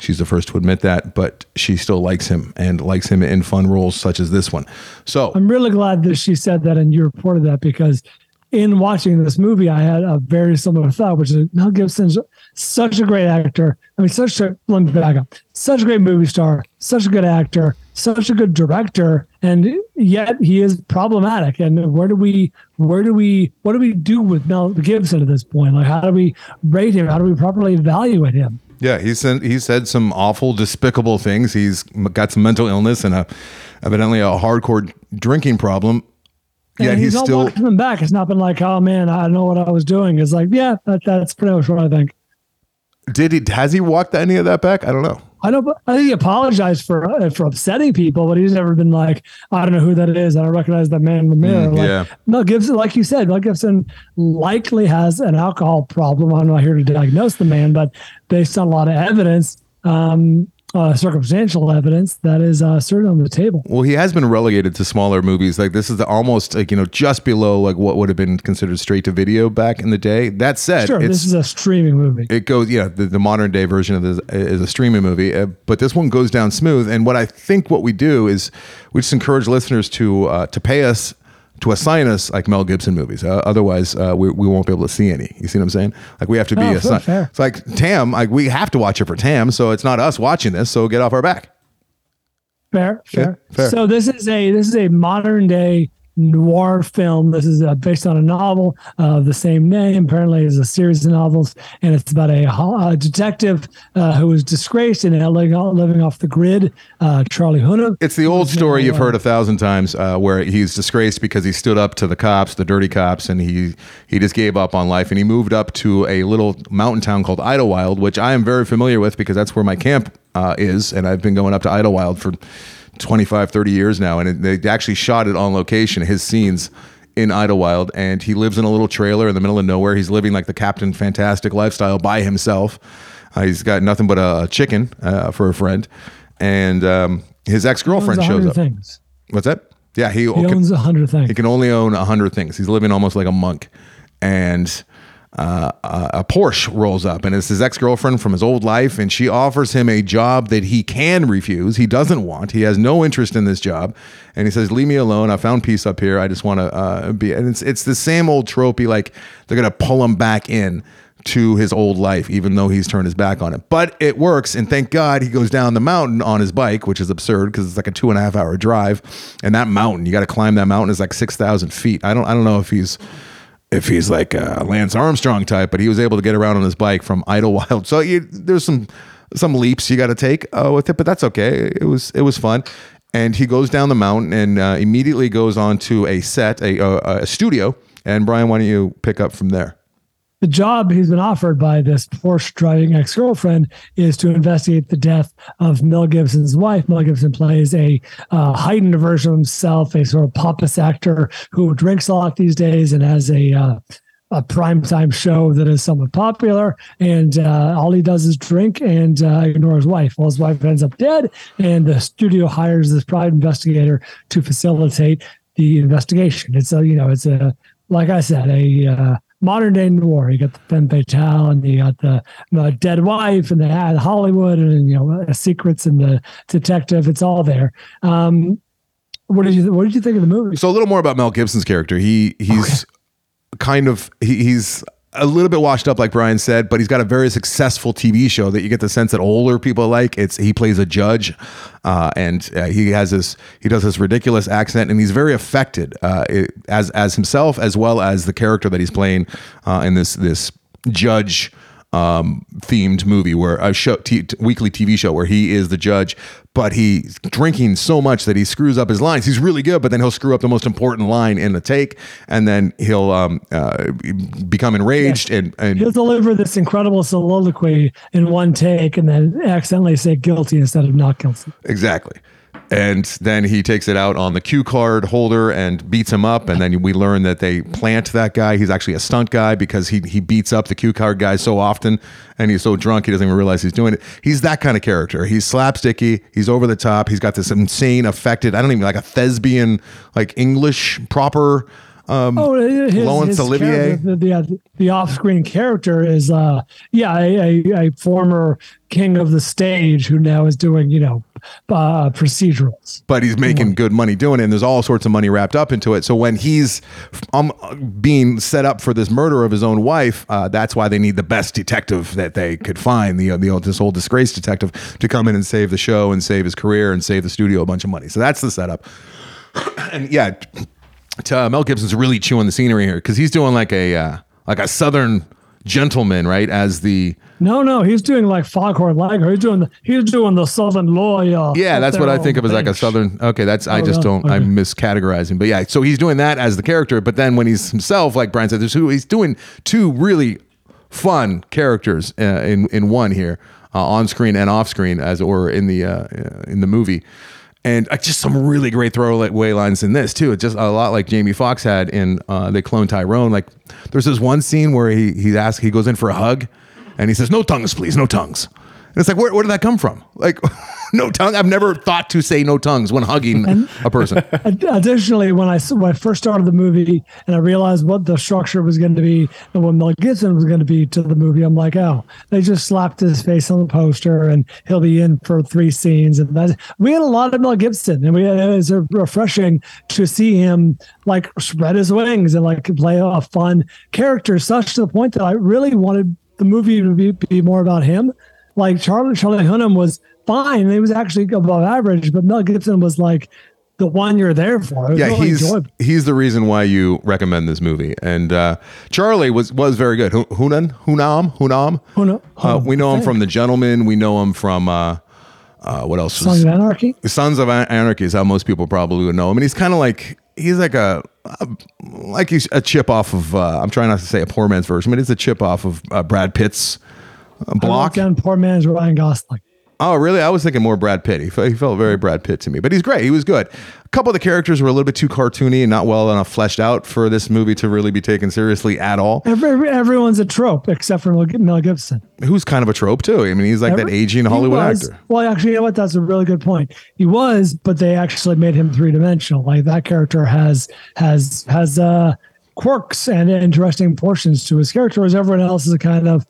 She's the first to admit that, but she still likes him and likes him in fun roles such as this one. So I'm really glad that she said that and you reported that because in watching this movie, I had a very similar thought, which is Mel Gibson's such a great actor. I mean, such a let me back up, such a great movie star, such a good actor, such a good director, and yet he is problematic. And where do we, where do we, what do we do with Mel Gibson at this point? Like, how do we rate him? How do we properly evaluate him? Yeah, he said he said some awful, despicable things. He's m- got some mental illness and a, evidently a hardcore drinking problem. And Yet he's, not still walked coming back. It's not been like, oh man, I know what I was doing. It's like, yeah, that, that's pretty much what I think. did he has he walked any of that back? I don't know. I don't. I think he apologized for uh, for upsetting people, but he's never been like, I don't know who that is. I don't recognize that man in the mirror. Mm, like, yeah. Mel Gibson, like you said, Mel Gibson likely has an alcohol problem. I'm not here to diagnose the man, but based on a lot of evidence, um, uh, circumstantial evidence, that is uh, certainly on the table. Well, he has been relegated to smaller movies. Like this is the almost like you know just below like what would have been considered straight to video back in the day. That said, Sure, it's this is a streaming movie. it goes yeah the, the modern day version of this is a streaming movie uh, but this one goes down smooth and what i think what we do is we just encourage listeners to uh, to pay us to assign us like mel gibson movies uh, otherwise uh, we, we won't be able to see any you see what i'm saying like we have to be Oh, fair, assigned fair. it's like tam like we have to watch it for tam so it's not us watching this so get off our back Fair, fair. fair. So this is a this is a modern day noir film. This is uh, based on a novel uh, of the same name. Apparently, it's a series of novels, and it's about a, ho- uh detective uh, who is disgraced and living off, living off the grid. Uh, Charlie Hunnam. It's the old story you've heard a thousand times, uh, where he's disgraced because he stood up to the cops, the dirty cops, and he he just gave up on life and he moved up to a little mountain town called Idlewild, which I am very familiar with because that's where my camp uh, is, and I've been going up to Idlewild for 25, 30 years now, and it, they actually shot it on location, his scenes in Idlewild, and he lives in a little trailer in the middle of nowhere. He's living like the Captain Fantastic lifestyle by himself. Uh, he's got nothing but a chicken uh, for a friend, and um, his ex owns girlfriend 100 shows up. Things. What's that? Yeah, he, He can, owns a hundred things. he can only own a hundred things. He's living almost like a monk, and uh, a a Porsche rolls up, and it's his ex girlfriend from his old life, and she offers him a job that he can refuse. He doesn't want. He has no interest in this job, and he says, "Leave me alone. I found peace up here. I just want to uh, be." And it's it's the same old tropey. Like they're gonna pull him back in to his old life, even though he's turned his back on it. But it works, and thank God he goes down the mountain on his bike, which is absurd because it's like a two and a half hour drive, and that mountain you got to climb that mountain is like six thousand feet. I don't I don't know if he's if he's like a Lance Armstrong type, but he was able to get around on his bike from Idlewild. So you, there's some some leaps you got to take uh, with it, but that's okay. It was it was fun. And he goes down the mountain and uh, immediately goes on to a set, a, uh, a, a studio. And Brian, why don't you pick up from there? The job he's been offered by this Porsche driving ex girlfriend is to investigate the death of Mel Gibson's wife. Mel Gibson plays a uh, heightened version of himself, a sort of pompous actor who drinks a lot these days and has a uh, a primetime show that is somewhat popular. And uh, all he does is drink and uh, ignore his wife. Well, his wife ends up dead, and the studio hires this private investigator to facilitate the investigation. It's a, you know, it's a, like I said, a, uh, modern day noir. You got the femme fatale, and you got the, the dead wife, and the ad Hollywood, and you know uh, secrets, and the detective. It's all there. Um, what did you What did you think of the movie? So a little more about Mel Gibson's character. He he's kind of he, he's a little bit washed up, like Brian said, but he's got a very successful TV show that you get the sense that older people like. It's he plays a judge, uh, and uh, he has this he does this ridiculous accent, and he's very affected uh, it- as as himself as well as the character that he's playing uh, in this this judge um, themed movie where a show, t- t- weekly TV show where he is the judge, but he's drinking so much that he screws up his lines. He's really good, but then he'll screw up the most important line in the take, and then he'll um, uh, become enraged and, and He'll deliver this incredible soliloquy in one take and then accidentally say guilty instead of not guilty. Exactly. And then he takes it out on the cue card holder and beats him up. And then we learn that they plant that guy. He's actually a stunt guy because he, he beats up the cue card guy so often and he's so drunk he doesn't even realize he's doing it. He's that kind of character. He's slapsticky. He's over the top. He's got this insane, affected, I don't even like a thespian, like English proper. Um, Oh, his, Laurence his Olivier. character, The, the, uh, the off-screen character is, uh, yeah, a, a, a former king of the stage who now is doing, you know, uh, procedurals. but he's making good money doing it and there's all sorts of money wrapped up into it so when he's um, being set up for this murder of his own wife uh, that's why they need the best detective that they could find the, the old, this old disgraced detective to come in and save the show and save his career and save the studio a bunch of money so that's the setup and yeah t- t- uh, mel gibson's really chewing the scenery here because he's doing like a uh, like a southern gentleman right as the No, no, he's doing like Foghorn Leghorn. He's doing the, he's doing the Southern lawyer. Yeah, that's what I think of as like a southern. Okay, that's I just yeah, don't. I'm miscategorizing, but yeah. So he's doing that as the character, but then when he's himself, like Brian said, there's who he's doing two really fun characters uh, in in one here, uh, on screen and off screen, as or in the uh, in the movie. And uh, just some really great throwaway lines in this too. It's just a lot like Jamie Foxx had in uh, they clone Tyrone. Like there's this one scene where he he asks he goes in for a hug, and he says no tongues please no tongues. And it's like, where, where did that come from? Like, no tongue. I've never thought to say no tongues when hugging a person. Ad- Additionally, when I s- when I first started the movie and I realized what the structure was going to be and what Mel Gibson was going to be to the movie, I'm like, oh, they just slapped his face on the poster and he'll be in for three scenes. And that's, we had a lot of Mel Gibson, and we it was uh, refreshing to see him like spread his wings and like play a fun character, such to the point that I really wanted the movie to be, be more about him. Like Charlie Charlie Hunnam was fine; he was actually above average, but Mel Gibson was like the one you're there for. It was Yeah, really he's enjoyable. he's the reason why you recommend this movie. And uh, Charlie was was very good. Hu- Hunan, Hunam, Hunam. Huna- Uh, Hunam. we know him from The Gentleman. We know him from uh, uh, what else? Sons was- of Anarchy. Sons of An- Anarchy is how most people probably would know him, and he's kind of like he's like a, a like he's a chip off of. Uh, I'm trying not to say a poor man's version, but it's a chip off of uh, Brad Pitt's uh, I wrote block. down poor man's Ryan Gosling. Oh, really? I was thinking more Brad Pitt. He felt, he felt very Brad Pitt to me, but he's great. He was good. A couple of the characters were a little bit too cartoony and not well enough fleshed out for this movie to really be taken seriously at all. Every, every- everyone's a trope except for Mel- Mel Gibson. Who's kind of a trope too. I mean, he's like Every- that aging he Hollywood was- actor. Well, actually, you know what? That's a really good point. He was, but they actually made him three dimensional. Like that character has has has uh, quirks and interesting portions to his character, whereas everyone else is a kind of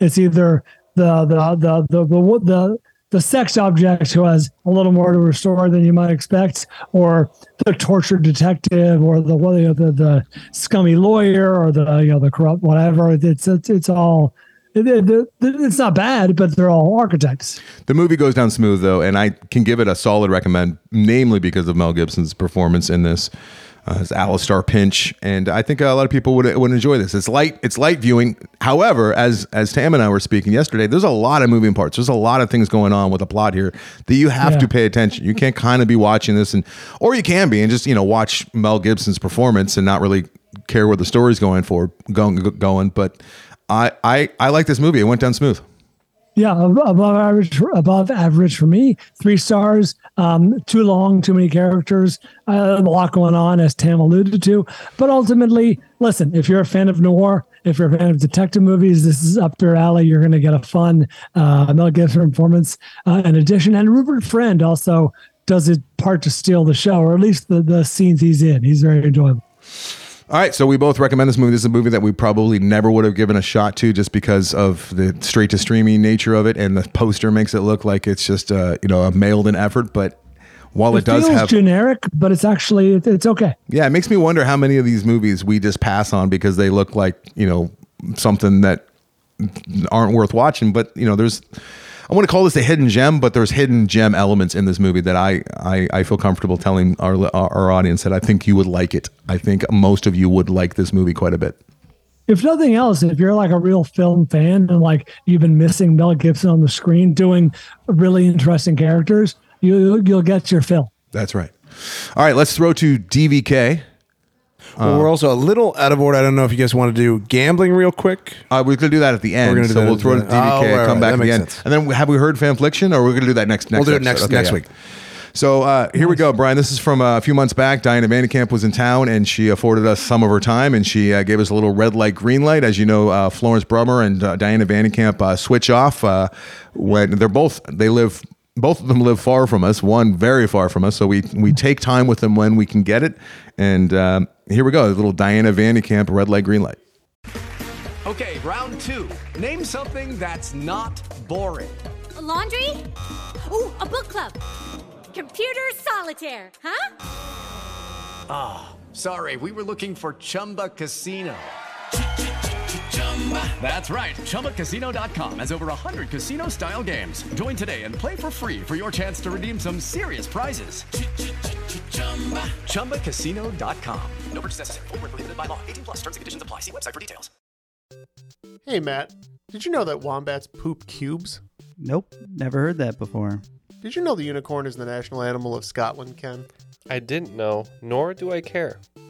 it's either the the the the the, the the sex object who has a little more to restore than you might expect, or the tortured detective, or the what you know, the the scummy lawyer, or the you know the corrupt whatever. It's it's, it's all it- it- it's not bad, but they're all archetypes. The movie goes down smooth though, and I can give it a solid recommend, namely because of Mel Gibson's performance in this. Uh, it's Alistar Pinch, and I think a lot of people would would enjoy this. It's light, it's light viewing. However, as as Tam and I were speaking yesterday, there's a lot of moving parts. There's a lot of things going on with the plot here that you have Yeah. to pay attention. You can't kind of be watching this, and or you can be and just you know watch Mel Gibson's performance and not really care where the story's going for going going. But I I I like this movie. It went down smooth. Yeah, ab- above average, above average for me. Three stars. Um, too long, too many characters. Uh, a lot going on, as Tam alluded to. But ultimately, listen, if you're a fan of noir, if you're a fan of detective movies, this is up your alley. You're going to get a fun uh, Mel Gibson performance. Uh, in addition, and Rupert Friend also does his part to steal the show, or at least the, the scenes he's in. He's very enjoyable. All right, so we both recommend this movie. This is a movie that we probably never would have given a shot to just because of the straight to streaming nature of it, and the poster makes it look like it's just uh, you know a mailed in effort. But while it, does feels have, generic, but it's actually it- it's okay. yeah, it makes me wonder how many of these movies we just pass on because they look like you know something that aren't worth watching. But you know, there's I want to call this a hidden gem, but there's hidden gem elements in this movie that I I, I feel comfortable telling our our audience that I think you would like it. I think most of you would like this movie quite a bit. if nothing else, if you're like a real film fan and like you've been missing Mel Gibson on the screen doing really interesting characters, you you'll get your fill. That's right. All right, let's throw to DVK. Well, Um, we're also a little out of order. I don't know if you guys want to do gambling real quick. Uh, we're going to do that at the end. gonna do so that we'll at throw the to end. DVK, Oh, right, right. come back That at the makes end. sense. And then have we heard fanfliction or we're going to do that next, next We'll do it episode? next- Okay, next yeah. week. So uh, here we go, Brian. This is from uh, a few months back. Diana Vandekamp was in town and she afforded us some of her time and she uh, gave us a little red light, green light. As you know, uh, Florence Brummer and uh, Diana Vandekamp uh, switch off uh, when they're both, they live. Both of them live far from us. One very far from us, so we we take time with them when we can get it. And um, here we go, a little Diana Vandekamp, red light, green light. Okay, round two. Name something that's not boring. laundry? Ooh, a book club. Computer solitaire, huh? Ah, Sorry, we were looking for Chumba Casino. That's right. ChumbaCasino.com has over 100 casino style games. Join today and play for free for your chance to redeem some serious prizes. ChumbaCasino.com. No purchase necessary. Void where prohibited by law. 18 plus terms and conditions apply. See website for details. Hey, Matt, did you know that wombats poop cubes? Nope, never heard that before. Did you know the unicorn is the national animal of Scotland, Ken? I didn't know, nor do I care.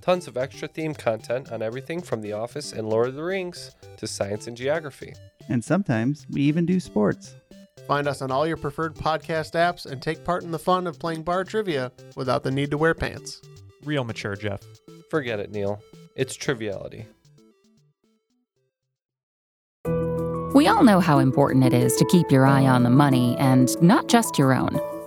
tons of extra theme content on everything from The Office and Lord of the Rings to science and geography. And sometimes we even do sports. Find us on all your preferred podcast apps and take part in the fun of playing bar trivia without the need to wear pants. Real mature, Jeff. Forget it, Neil. It's Triviality. We all know how important it is to keep your eye on the money and not just your own.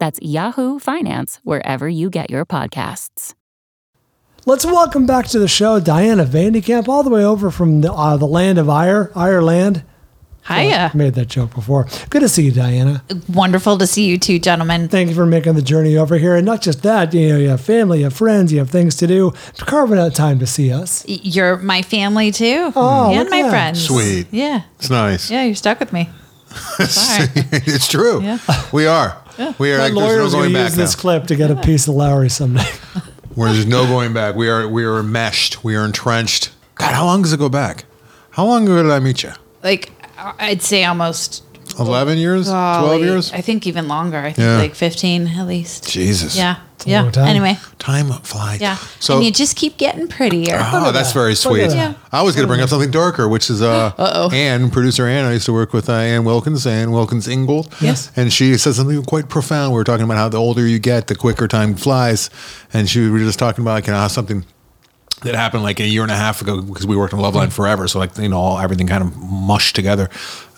That's Yahoo Finance wherever you get your podcasts. Let's welcome back to the show Diana Vandekamp, all the way over from the uh, the land of Ire, Ireland. Hiya. made that joke before. Good to see you, Diana. Wonderful to see you two gentlemen. Thank you for making the journey over here. And not just that, you know, you have family, you have friends, you have things to do. Carving out time to see us. You're my family too. Oh, look Mm-hmm. and at my that. friends. Sweet. Yeah. It's nice. Yeah, you're stuck with me. Sorry. it's true. Yeah. We are. We are. My Like, there's lawyer's no going going to back use this now. clip to get a piece of Lowry someday. Where there's no going back. We are. We are enmeshed. We are entrenched. God, how long does it go back? How long ago did I meet you? Like I'd say almost Eleven years? Twelve golly, years? I think even longer. I think Yeah. like 15 at least. Jesus. Yeah. a yeah. long time. Anyway, Time flies. yeah. So. and you just keep getting prettier. Oh, that's very sweet. that. Yeah. I was going to bring up something darker, which is uh, Ann, producer Ann. I used to work with uh, Ann Wilkins, Ann Wilkins Ingold. Yes. And she said something quite profound. We were talking about how the older you get, the quicker time flies. And she we were just talking about like, you know, how something that happened like a year and a half ago because we worked on Mm-hmm. Loveline forever. So like you know, all, everything kind of mushed together.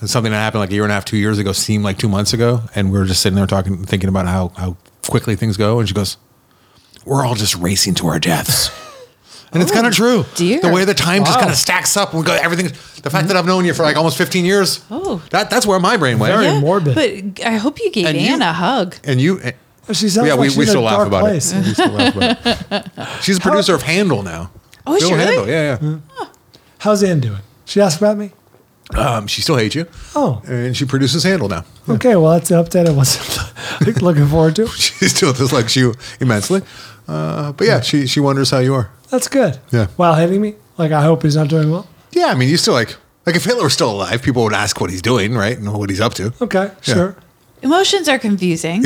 And something that happened like a year and a half, two years ago seemed like two months ago, and we were just sitting there talking, thinking about how how quickly things go. And she goes, "We're all just racing to our deaths." And it's kind of true. dear. The way the time just Wow. kind of stacks up and we go everything. The fact that I've known you for like almost 15 years. Oh. That, that's where my brain went. Very Yeah, morbid. But I hope you gave And you- Anne a hug. And you. eh, She sounds yeah, like we, she's we in a still laugh dark about place. it. We still laugh about it. She's a producer of Handle now. Oh, is Bill she Handle, really? yeah, yeah. How's Ann doing? She asked about me? Um, she still hates you. Oh. And she produces Handle now. Okay, well, that's the update I was looking forward to. She still dislikes you immensely. Uh, but yeah, she, she wonders how you are. That's good. Yeah. While hitting me? Like, I hope he's not doing well. Yeah, I mean, you still like, like if Hitler was still alive, people would ask what he's doing, right? And what he's up to. Okay, Yeah. sure. Emotions are confusing.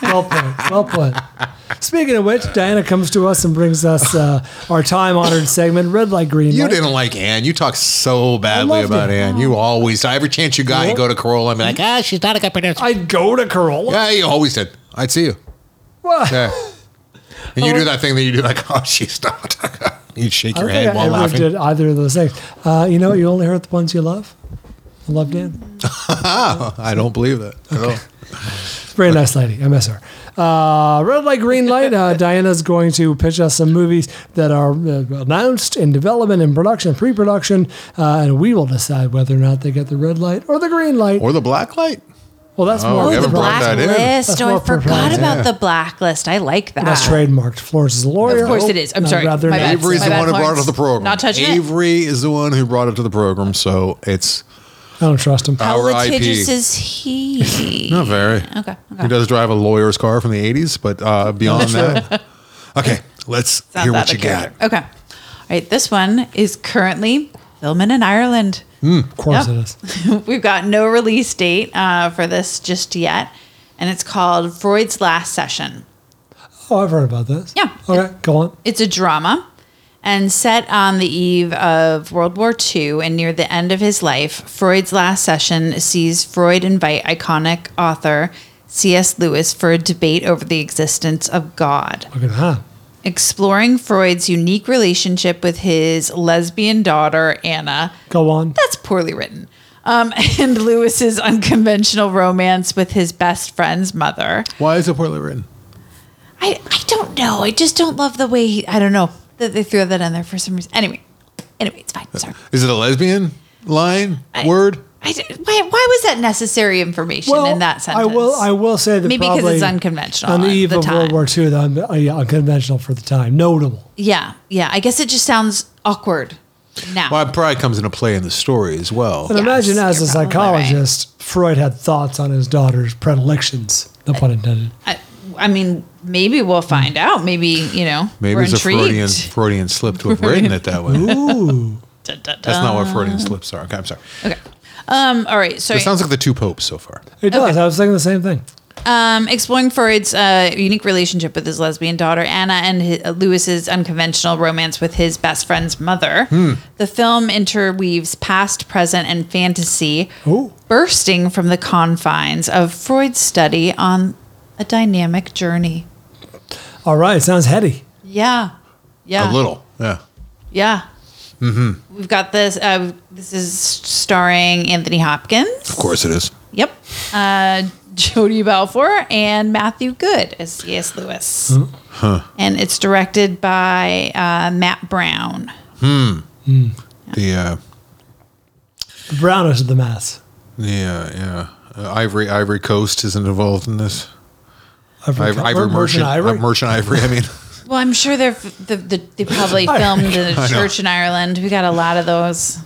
well put. Well put. Speaking of which, Diana comes to us and brings us uh, our time honored segment, Red Light Green You Light. didn't like Anne. You talk so badly loved about it. Anne. You always, every chance you got, you What? go to Corolla and be like, ah, she's not a good producer. I'd go to Corolla. Yeah, you always did. I'd see you. What? Yeah. And you do that thing that you do, like, oh, she's not. You'd shake I your don't think head I while ever laughing. did either of those things. Uh, you know, what? you only hurt the ones you love. I love Dan. I don't believe that at all. Very nice lady. I miss her. Uh, red light, green light. Uh, Diana's going to pitch us some movies that are uh, announced in development, in production, pre-production, uh, and we will decide whether or not they get the red light or the green light or the black light. Well, that's Oh, more we for haven't the brought that in. Blacklist. That's Oh, I more for forgot Brian. about Yeah. the blacklist. I like that. That's trademarked. Flores is a lawyer. Of course it is. I'm I'd sorry. rather My not. bad. Avery's My the bad, one who brought it to the Lawrence. program. Not touching it. Avery is the one who brought it to the program, so it's I don't trust him. How our litigious IP. is he? Not very. Okay. okay. He does drive a lawyer's car from the 80s, but uh, beyond that. Okay, let's It's not hear that what the you got. character. Okay. All right. This one is currently filming in Ireland. of course it is. We've got no release date uh, for this just yet, and it's called Freud's Last Session. Oh, I've heard about this. Yeah. Okay, go on. It's a drama and set on the eve of World War II and near the end of his life. Freud's last session sees Freud invite iconic author C.S. Lewis for a debate over the existence of God. Look at that. Exploring Freud's unique relationship with his lesbian daughter, Anna. Go on. That's poorly written. Um, and Lewis's unconventional romance with his best friend's mother. Why is it poorly written? I, I don't know. I just don't love the way he, I don't know that they threw that in there for some reason. Anyway, anyway, it's fine. Sorry. Is it a lesbian line? Uh, word? I d why, why was that necessary information in that sentence? I will. I will say that maybe probably because it's unconventional on the at eve the of time. World War II. The un- uh, yeah, unconventional for the time, notable. Yeah, yeah. I guess it just sounds awkward now. Well, it probably comes into play in the story as well. And imagine, as a psychologist, Freud had thoughts on his daughter's predilections. No pun intended. I, I mean, maybe we'll find out. Maybe you know. Maybe we're it's a intrigued. Freudian, Freudian slip to have written it that way. Ooh. Dun, dun, That's not what dun. Freudian slips are. Okay, I'm sorry. Um. All right. So It sounds like the two popes so far. It does. I was thinking the same thing. Um, exploring Freud's uh, unique relationship with his lesbian daughter Anna and his, uh, Lewis's unconventional romance with his best friend's mother, Hmm. the film interweaves past, present, and fantasy, bursting from the confines of Freud's study on a dynamic journey. All right. Sounds heady. Yeah, A yeah, little. Yeah. yeah. Mm-hmm. We've got this. Uh, this is starring Anthony Hopkins. Of course it is. Yep. Uh, Jodie Balfour and Matthew Good as C.S. Lewis. Huh. and it's directed by uh, Matt Brown. Hmm. The uh, The brownest of the mass. the uh, yeah uh, Ivory Ivory Coast isn't involved in this. Ivory Iv- Co- Mer- Merchant Ivory? uh, Merchant Ivory. I mean, Well, I'm sure they're f- the, the, they probably filmed in I know. a church in Ireland. We got a lot of those.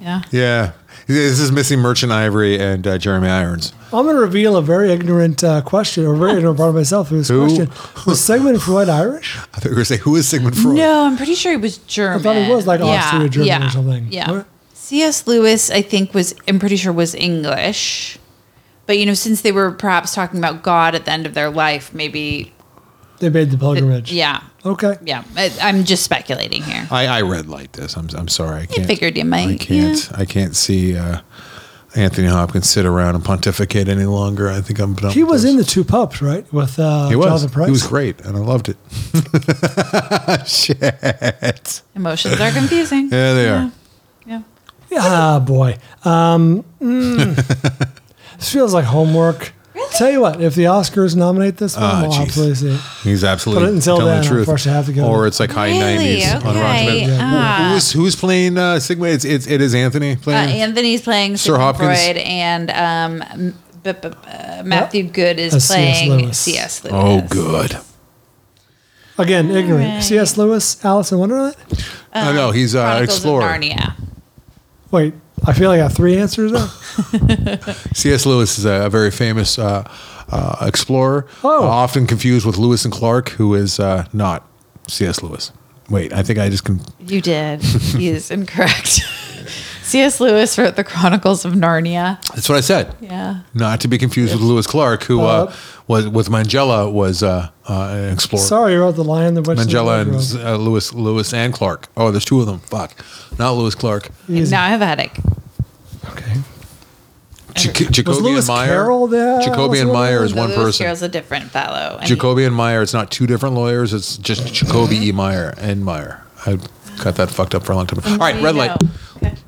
Yeah. yeah, this is missing Merchant Ivory and uh, Jeremy Irons. I'm going to reveal a very ignorant uh, question, or very ignorant part of myself. This Who? question was Sigmund Freud Irish? I thought you were going to say who is Sigmund Freud? No, I'm pretty sure he was German. was, like, Austria, German or yeah, something. Yeah. C.S. Lewis, I think, was I'm pretty sure was English, but you know, since they were perhaps talking about God at the end of their life, maybe. They made the pilgrimage. Yeah. Okay. Yeah. I, I'm just speculating here. I, I red light this. I'm I'm sorry. I I can't. figured you might. I can't. I can't see uh, Anthony Hopkins sit around and pontificate any longer. I think I'm done. He was in the two pups, right? With uh, he was. Jonathan Price. He was great, and I loved it. Shit. Emotions are confusing. Yeah, they are. Ah, boy. Um, mm, this feels like homework. Tell you what, if the Oscars nominate this one, Ah, we'll jeez. absolutely see it. He's absolutely But until telling then, the truth. unfortunately, I have to go. Or it's like high Really? 90s on Rotten Okay. Tomatoes. Ah. Who's who's playing uh, Sigma? It's, it's it is Anthony Uh, playing. Anthony's playing Sir Sigmund Hopkins. Freud, and um, m- b- b- uh, Matthew Good is As C.S. playing Lewis. C.S. Lewis. oh, Uh, good. Again, ignorant. C.S. Lewis, Alice in Wonderland? oh no, he's uh, Chronicles of explorer. Narnia. Wait, I feel like I have three answers now. C.S. Lewis is a, a very famous uh, uh, explorer, Oh. uh, often confused with Lewis and Clark, who is uh, not C.S. Lewis. Wait, I think I just can. You did. He is incorrect. C.S. Lewis wrote the Chronicles of Narnia. That's what I said. Yeah. Not to be confused with Lewis Clark, who uh, was with Mangella was uh, uh, an explorer. Sorry, you wrote the lion, the witch, and the Mangella wardrobe. and uh, Lewis, Lewis and Clark. Oh, there's two of them. Fuck, not Lewis Clark. Now I have a headache. Jac- Jacoby Lewis and Meyer. Carroll there? Jacoby and Meyer is one Lewis person. Carroll's a different fellow. and Jacoby and Meyer. It's not two different lawyers. It's just Jacoby E. Meyer and Meyer. I got that fucked up for a long time. All right, red light.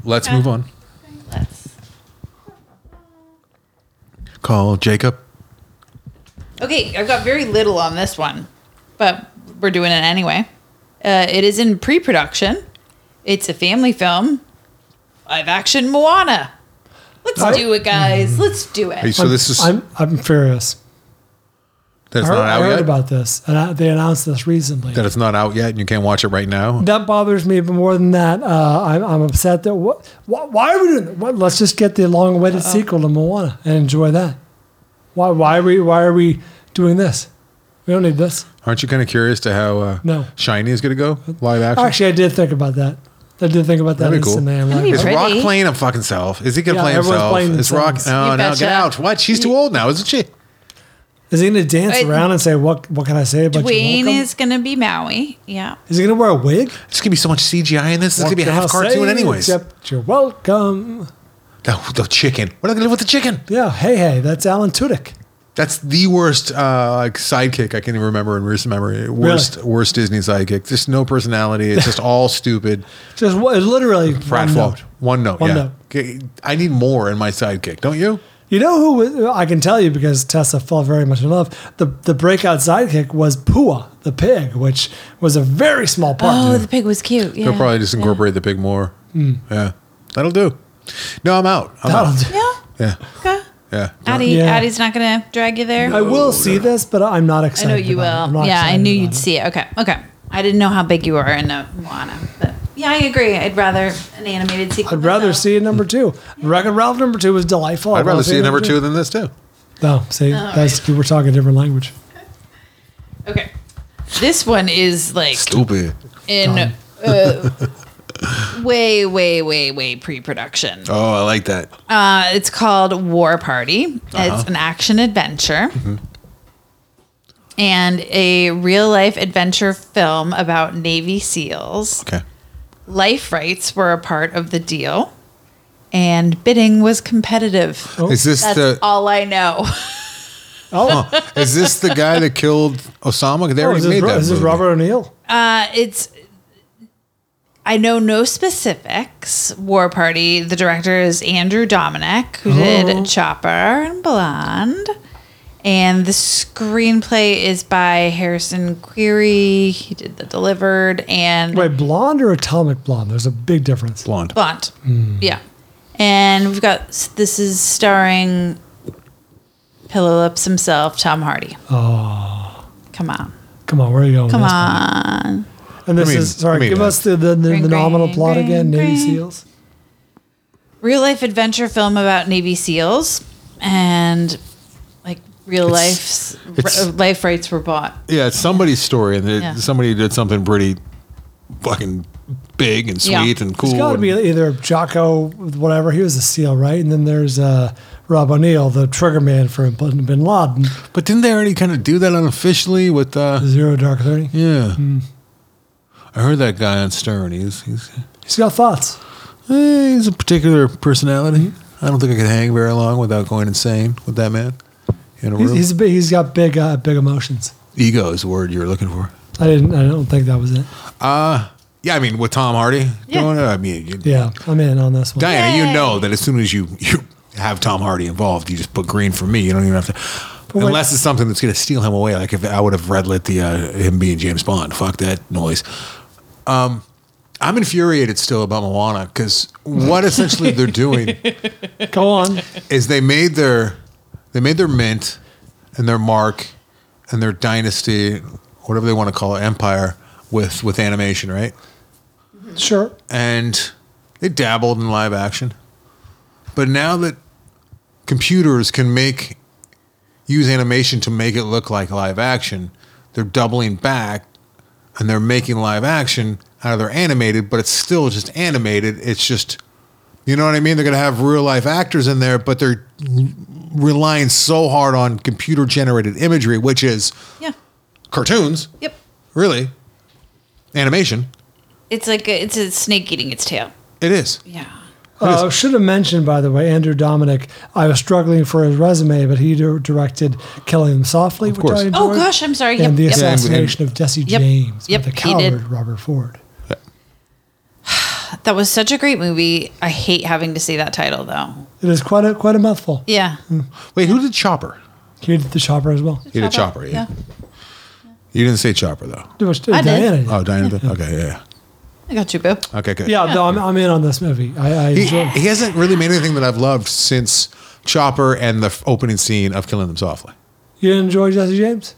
Let's move on. Call Jacob. Okay, I've got very little on this one, but we're doing it anyway. Uh, it is in pre production. It's a family film. Live action Moana. Let's I- do it, guys. Let's do it. I'm- I'm I'm furious. That's I heard, not out I heard yet. about this, and I, they announced this recently. that it's not out yet, and you can't watch it right now. That bothers me, but more than that, uh, I'm, I'm upset that what? Why, why are we doing? that? What, let's just get the long-awaited sequel to Moana and enjoy that. Why? Why are we? Why are we doing this? We don't need this. Aren't you kind of curious to how uh, No. Shiny is going to go live action? Actually, I did think about that. I did think about that That'd be cool. instantly. I'm like, Is Rock playing him fucking self? Is he gonna Yeah, play everyone's himself? playing Is Rock? Oh, themselves. No, You no, betcha. get out! What? She's too old now, isn't she? Is he gonna dance I- around and say what? What can I say about you? Dwayne Welcome? is going to be Maui. Yeah. Is he gonna wear a wig? It's gonna be so much CGI in this. It's What gonna be can I half cartoon, say anyways. Except you're welcome. The, the chicken. What are they gonna do with the chicken? Yeah. Hey, hey, that's Alan Tudyk. That's the worst uh, like sidekick I can even remember in recent memory. Worst, worst Disney sidekick. Just no personality. It's just all stupid. Just what? Literally Frat one float. note. One note. One yeah. note. Okay, I need more in my sidekick. Don't you? You know who was, I can tell you because Tessa fell very much in love. The the breakout sidekick was Pua the pig, which was a very small part. Oh, the pig was cute. Yeah. They'll probably just incorporate the pig more. Hmm. Yeah, that'll do. No, I'm out. I'm out. Yeah. Okay. Yeah. Addie, Yeah. Addie's not going to drag you there. I will see this, but I'm not I excited. know you about it. I'm will. not Yeah, I excited knew about you'd see it. Okay. Okay. I didn't know how big you were in a Moana, but yeah, I agree. I'd rather an animated it. sequel. I'd rather see it number two. Wreck-It Ralph number two was delightful. I'd rather see it a number two than this too. No, see, All that's we're talking a different language. This one is like Stupid. in uh, way, way, way, way pre-production. Oh, I like that. Uh, it's called War Party. Uh-huh. Mm-hmm. It's an action adventure. And a real life adventure film about Navy SEALs. Okay. Life rights were a part of the deal, and bidding was competitive. Oh. Is this That's the- all I know? Oh, is this the guy that killed Osama? They Oh, already is this made Ro- that. is this movie. Robert O'Neill? Uh, it's. I know no specifics. War Party. The director is Andrew Dominic, who Oh. did Chopper and Blonde, and the screenplay is by Harrison Query. He did The Delivered and Wait, blonde or atomic blonde? There's a big difference. Blonde. Blonde. Yeah, and we've got this is starring Pillow Lips himself, Tom Hardy. Oh, Come on, come on, where are you going? come with this? on. And this I mean- is I sorry. mean, give uh, us the the, the, the nominal plot again. Navy green. SEALs. real life adventure film about Navy SEALs and like real life's it's- r- life rights were bought. Yeah, it's somebody's story, and it- Yeah. somebody did something pretty fucking big and Yeah. sweet and cool. It's got to and- be either Jocko, whatever. He was a SEAL, right? And then there's uh, Rob O'Neill, the trigger man for Bin Bin Laden. But didn't they already kind of do that unofficially with uh, Zero Dark Thirty? Yeah. Mm. I heard that guy on Stern. He's he's eh, he's got thoughts. he's a particular personality. I don't think I could hang very long without going insane with that man in a He's, room. he's big. He's got big, uh, big emotions. Ego is the word you were looking for. I didn't. I don't think that was it. Uh yeah, I mean with Tom Hardy doing it, I mean, you, Yeah, I'm in on this one. Diana, you know that as soon as you you have Tom Hardy involved, you just put green for me. You don't even have to, But what- unless it's something that's going to steal him away. Like if I would have red lit the uh, him being James Bond. Fuck that noise. Um, I'm infuriated still about Moana because what essentially they're doing Go on. is they made their they made their mint and their mark and their dynasty, whatever they want to call it, empire with with animation, right? Sure. And they dabbled in live action, but now that computers can make use animation to make it look like live action, they're doubling back and they're making live action out of their animated, but it's still just animated. It's just You know what I mean? They're going to have real life actors in there, but they're relying so hard on computer generated imagery, which is Yeah. cartoons. Yep. Really? Animation. It's like a, it's a snake eating its tail. It is. Yeah. Uh, should have mentioned, by the way, Andrew Dominic. I was struggling for his resume, but he dir- directed "Killing Him Softly," which course. I Oh, enjoyed. gosh, I'm sorry. Yep, And the yep. assassination of Jesse Yep, James yep, with the he did. coward Robert Ford. That was such a great movie. I hate having to say that title though. It is quite a quite a mouthful. Yeah. Wait, who did Chopper? He did the Chopper as well. He did Chopper. Yeah. You didn't say Chopper, though. Which, I did. Diana Oh, Diana. did? Okay, yeah, I got you, boo. yeah. Okay, good. Yeah, no, I'm, I'm in on this movie. I, I He, enjoy he hasn't really made anything that I've loved since Chopper and the f- opening scene of Killing Them Softly. You enjoy Jesse James?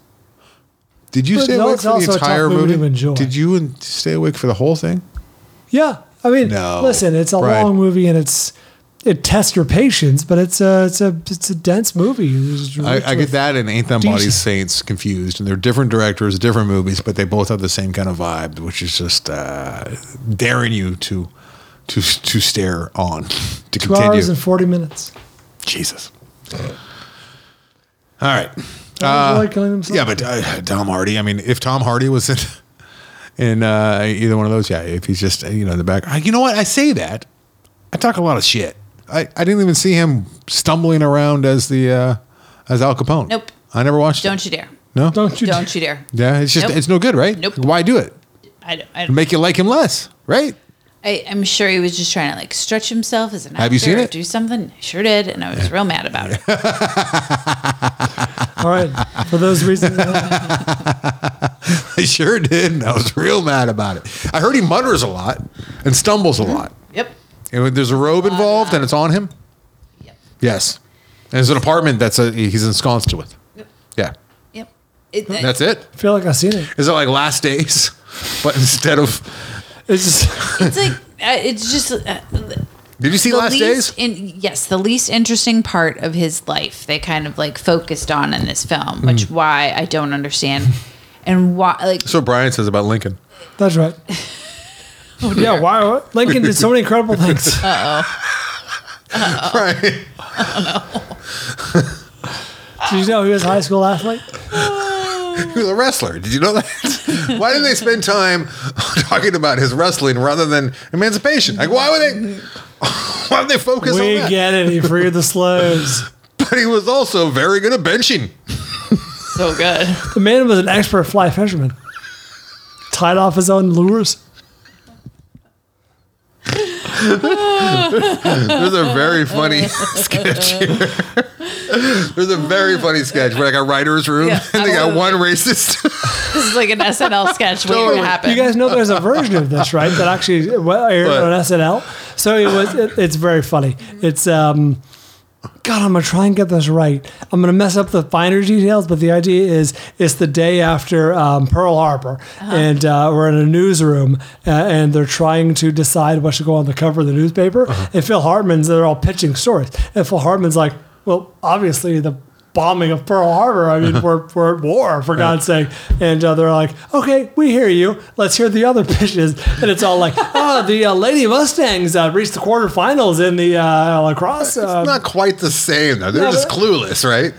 Did you But stay no, awake it's for also the a tough entire movie movie? to enjoy. Did you en- stay awake for the whole thing? Yeah, I mean, No, listen, it's a Brian. long movie and it's it tests your patience, but it's a it's a it's a dense movie. It's rich I, I with- get that and Ain't Them Decent. Bodies Saints confused, and they're different directors, different movies, but they both have the same kind of vibe, which is just uh, daring you to to to stare on to two continue. hours and forty minutes. Jesus. All right. I Uh, enjoy killing them yeah, but uh, Tom Hardy. I mean, if Tom Hardy was in in uh, either one of those, yeah. If he's just you know in the back, I, you know what? I say that. I talk a lot of shit. I, I didn't even see him stumbling around as the uh, as Al Capone. Nope. I never watched. it. Don't you dare. No. Don't you dare. Yeah, it's just Nope. it's no good, right? Nope. Why do it? I, I, It'll make you like him less, right? I, I'm sure he was just trying to like stretch himself as an actor. Have you seen or it? Do something. I sure did, and I was real mad about it. All right, for those reasons, I sure did. And I was real mad about it. I heard he mutters a lot and stumbles a lot. Yep. And when there's a robe involved and it's on him? Yes. And there's an apartment that's a, he's ensconced with. Yeah. Yep. It, That's it. I feel like I've seen it. Is it like last days? But instead of It's just It's like uh, it's just. Uh, Did you see the last days? least In, yes, the least interesting part of his life they kind of like focused on in this film, which Mm. why I don't understand, and why like So Brian says about Lincoln. That's right. yeah, why what? Lincoln did so many incredible things. Uh oh. Right. Did you know he was a high school athlete? He was a wrestler. Did you know that? why didn't they spend time talking about his wrestling rather than emancipation? Like why would they why would they focus on We that? get it. He freed the slaves. But he was also very good at benching. So good. The man was an expert fly fisherman. Tied off his own lures. There's a very funny sketch here. There's a very funny sketch where like a writer's room Yeah, and they got one racist. This is like an SNL sketch waiting to happen. You guys know there's a version of this, right? That actually well, aired What? on SNL. So it was. It, it's very funny. It's um, God, I'm gonna try and get this right. I'm gonna mess up the finer details, but the idea is it's the day after um, Pearl Harbor, and uh, we're in a newsroom, uh, and they're trying to decide what should go on the cover of the newspaper. And Phil Hartman's, they're all pitching stories, and Phil Hartman's like, well, obviously the bombing of Pearl Harbor. I mean, we're, we're at war, for God's sake. And uh, they're like, okay, we hear you. Let's hear the other pitches. And it's all like, oh, the uh, Lady Mustangs uh, reached the quarterfinals in the uh, lacrosse. Uh, Not quite the same though. They're Yeah, just but- clueless, right?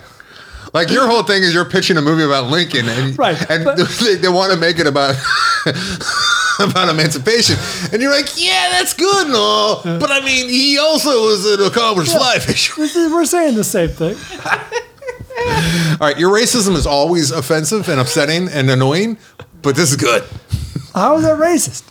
Like your whole thing is you're pitching a movie about Lincoln and and they, they want to make it about about emancipation. And you're like, yeah, that's good and all. But I mean he also was an accomplished fly fisher. this is- we're saying the same thing. All right, your racism is always offensive and upsetting and annoying, but this is good. How is that racist?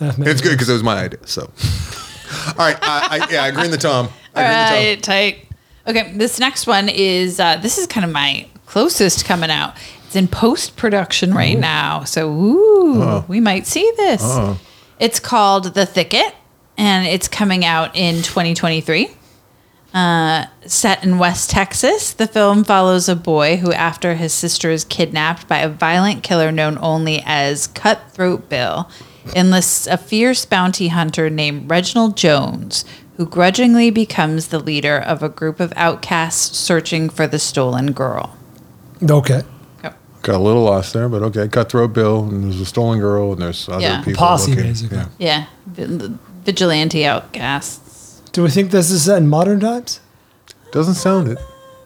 It's good because it was my idea. So, all right, I, I, yeah, I agree in the Tom. All right, tight. Okay, this next one is uh, this is kind of my closest coming out. It's in post production right now, so ooh, Uh-huh. Uh-oh. we might see this. Uh-oh. It's called The Thicket, and it's coming out in 2023. Uh, set in West Texas, the film follows a boy who, after his sister is kidnapped by a violent killer known only as Cutthroat Bill, enlists a fierce bounty hunter named Reginald Jones, who grudgingly becomes the leader of a group of outcasts searching for the stolen girl. Okay. Oh. Got a little lost there, but okay. Cutthroat Bill, and there's a stolen girl, and there's other Yeah. people. Posse, looking. basically. Yeah. Yeah, the vigilante outcasts. Do we think this is set in modern times? Doesn't sound it.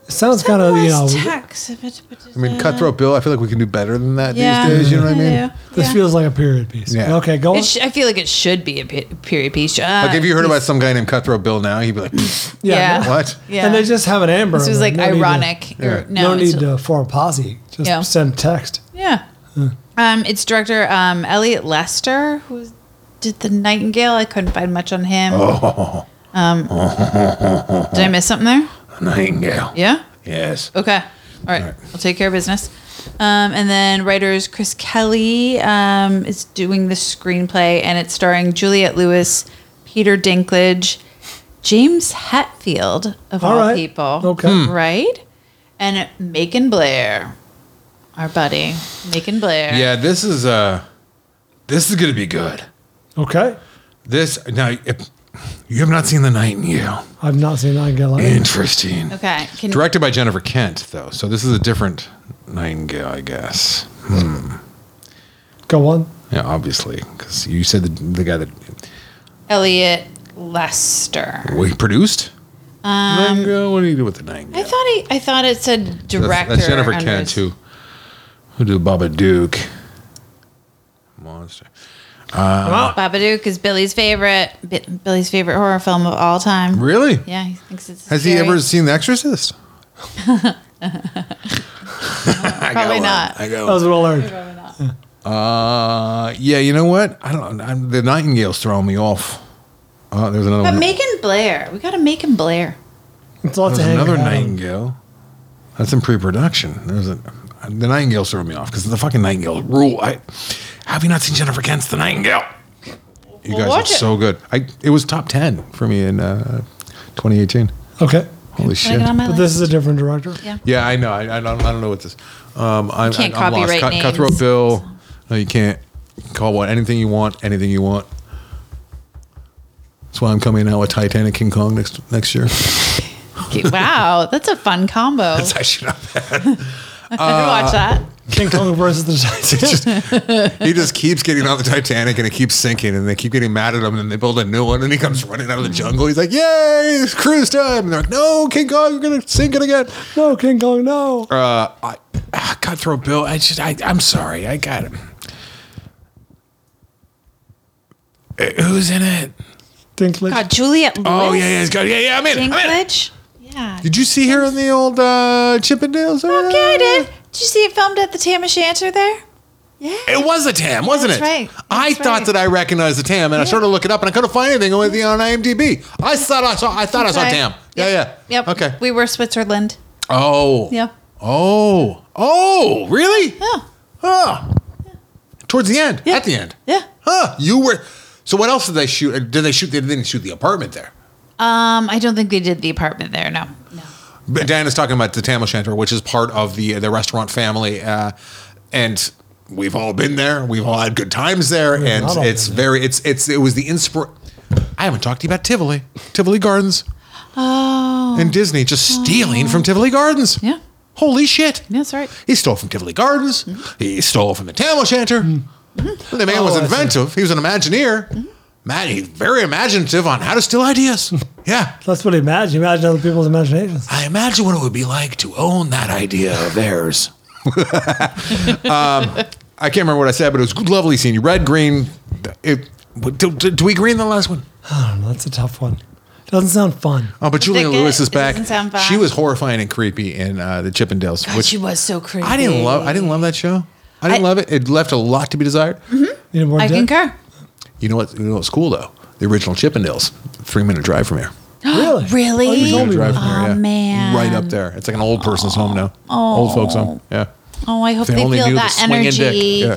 It sounds kind of you know. Tax. I mean, Cutthroat Bill, I feel like we can do better than that uh, Yeah, these days. You know what I I mean? do. This Yeah. feels like a period piece. Yeah. Okay, go on. It sh- I feel like it should be a pe- period piece. Uh, Like, have you heard about some guy named Cutthroat Bill now? He'd be like, Yeah. Yeah. What? Yeah. And they just have an amber. This was like alert. need to- ironic. Or- no, no, it's- need to form a posse. Just Yeah. send text. Yeah. Hmm. Um, it's director um, Elliot Lester who did The Nightingale. I couldn't find much on him. Oh. Um, did I miss something there? Nightingale. Yeah. Yes. Okay. All right. I'll take care of business. Um, and then writers Chris Kelly um, is doing the screenplay, and it's starring Juliette Lewis, Peter Dinklage, James Hetfield of all, All right. people. Okay. Hmm. Right. And Macon Blair, our buddy Macon Blair. Yeah, this is uh this is gonna be good. Okay. This now if, you have not seen the Nightingale. I've not seen Nightingale. Interesting. Okay. Can, Directed by Jennifer Kent, though, so this is a different Nightingale, I guess. Hmm. Go on. Yeah, obviously, because you said the, the guy that Elliot Lester. well, he produced. Um, Nightingale. What do you do with the Nightingale? I thought he, I thought it said So that's- director. That's, Jennifer under Kent his- who who do Baba Duke. Monster. Uh, Babadook is Billy's favorite, Bi- Billy's favorite horror film of all time. Really? Yeah, he thinks it's. has he scary. ever seen The Exorcist? I got Probably one. not. I got That was one. what I learned. Uh, yeah, you know what? I don't. I'm, the Nightingale's throwing me off. Oh, there's another But one. Macon Blair, we gotta Macon Blair. It's lots there's of another hanging out. Nightingale. That's in pre-production. There's a the Nightingale's throwing me off because the fucking Nightingale rule. I have you not seen Jennifer Kent's The Nightingale? You Well, guys are watch it. so good. I it was top ten for me in uh, 2018. Okay. Holy shit. But this is a different director. Yeah. Yeah, I know. I, I don't. I don't know what this. Um, I, can't I, I'm lost. copyright Cut- names. Cutthroat Bill. No, you can't call what anything you want. Anything you want. That's why I'm coming out with Titanic King Kong next next year. Oh. Okay, Wow, that's a fun combo. That's Uh, actually not bad. I could watch that. King Kong versus the Titanic. he just keeps getting on the Titanic and it keeps sinking, and they keep getting mad at him, and they build a new one, and he comes running out of the jungle. He's like, "Yay, it's cruise time!" And they're like, "No, King Kong, you're gonna sink it again." No, King Kong, no. Uh, I, ah, Cutthroat Bill, I just, I, I'm sorry, I got him. Eh, Who's in it? Dinklage. God, Juliet Lewis. Oh, yeah, yeah, it's got- yeah, yeah, I'm in it, I'm in it. Dinklage. Yeah. Did you see her in the old uh, Chippendales? Oh, Yeah, I did. Did you see it filmed at the Tam O'Shanter there? It was a Tam, wasn't That's it? right. I That's thought right. that I recognized the Tam, and I started looking up, and I couldn't find anything with the on IMDb. I thought I saw. I thought I saw That's Tam. right. Yeah, yeah. Yep. Okay. We were Switzerland. Oh. Yeah. Oh. Oh. Really? Yeah. Huh. Towards the end. At the end. Yeah. Huh. You were. So what else did they shoot? Did they shoot? They didn't shoot the apartment there. Um, I don't think they did the apartment there. No. But Diana's talking about the Tam O'Shanter, which is part of the the restaurant family, uh, and we've all been there. We've all had good times there, We've and not all it's very it's it's it was the inspir. I haven't talked to you about Tivoli, Tivoli Gardens, Oh. and Disney just stealing from Tivoli Gardens. Yeah. Holy shit. That's right. He stole from Tivoli Gardens. He stole from the Tam O'Shanter. Mm-hmm. The man Oh, was I see. Mm-hmm. inventive. He was an Imagineer. Man, he's very imaginative on how to steal ideas. Yeah. That's what he imagine. Imagine other people's imaginations. I imagine what it would be like to own that idea of theirs. um, I can't remember what I said, but it was good, lovely seeing you. Red, green. It, what- do, do, do we green the last one? I don't know. That's a tough one. Doesn't sound fun. Oh, but Is Julia it good? Lewis is It back. doesn't sound fun. She was horrifying and creepy in uh, the Chippendales. God, she was so crazy. I didn't love. I didn't love that show. I didn't I- Mm-hmm. love it. It left a lot to be desired. I concur. You know what? You know what's cool though? The original Chippendales, three minute drive from here. Really? really? Oh, you told me oh, about that. Yeah. man. Right up there. It's like an old person's home now. Oh. Old folks home. Yeah. Oh, I hope If they, feel the that swinging energy. dick. Yeah.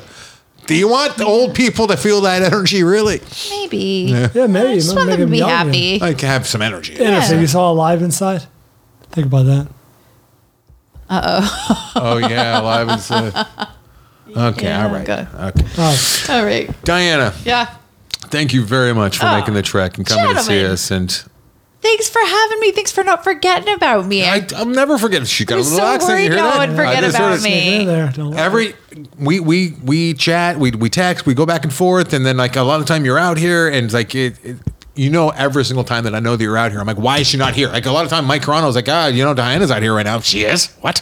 Do you want the old people to feel that energy? Really? Maybe. Yeah, maybe. I just Might make want them to him be young happy. I can have some energy. Interesting. You saw Alive Inside? Think about that. Uh oh. Oh yeah, live and said. uh, Okay, all right. Okay. Oh, All right. Diana, Yeah. thank you very much for Oh, making the trek and coming to see gentlemen. us and Thanks for having me. Thanks for not forgetting about me. I, I'm never forgetting. She got I'm a little so accent. You worried hear no that? one forget I just heard it. about me. Every we we we chat, we we text, we go back and forth, and then like a lot of time you're out here, and it's like it. it you know, every single time that I know that you're out here, I'm like, why is she not here? Like a lot of time, Mike Carano's like, ah, you know, Diana's out here right now. She is. What?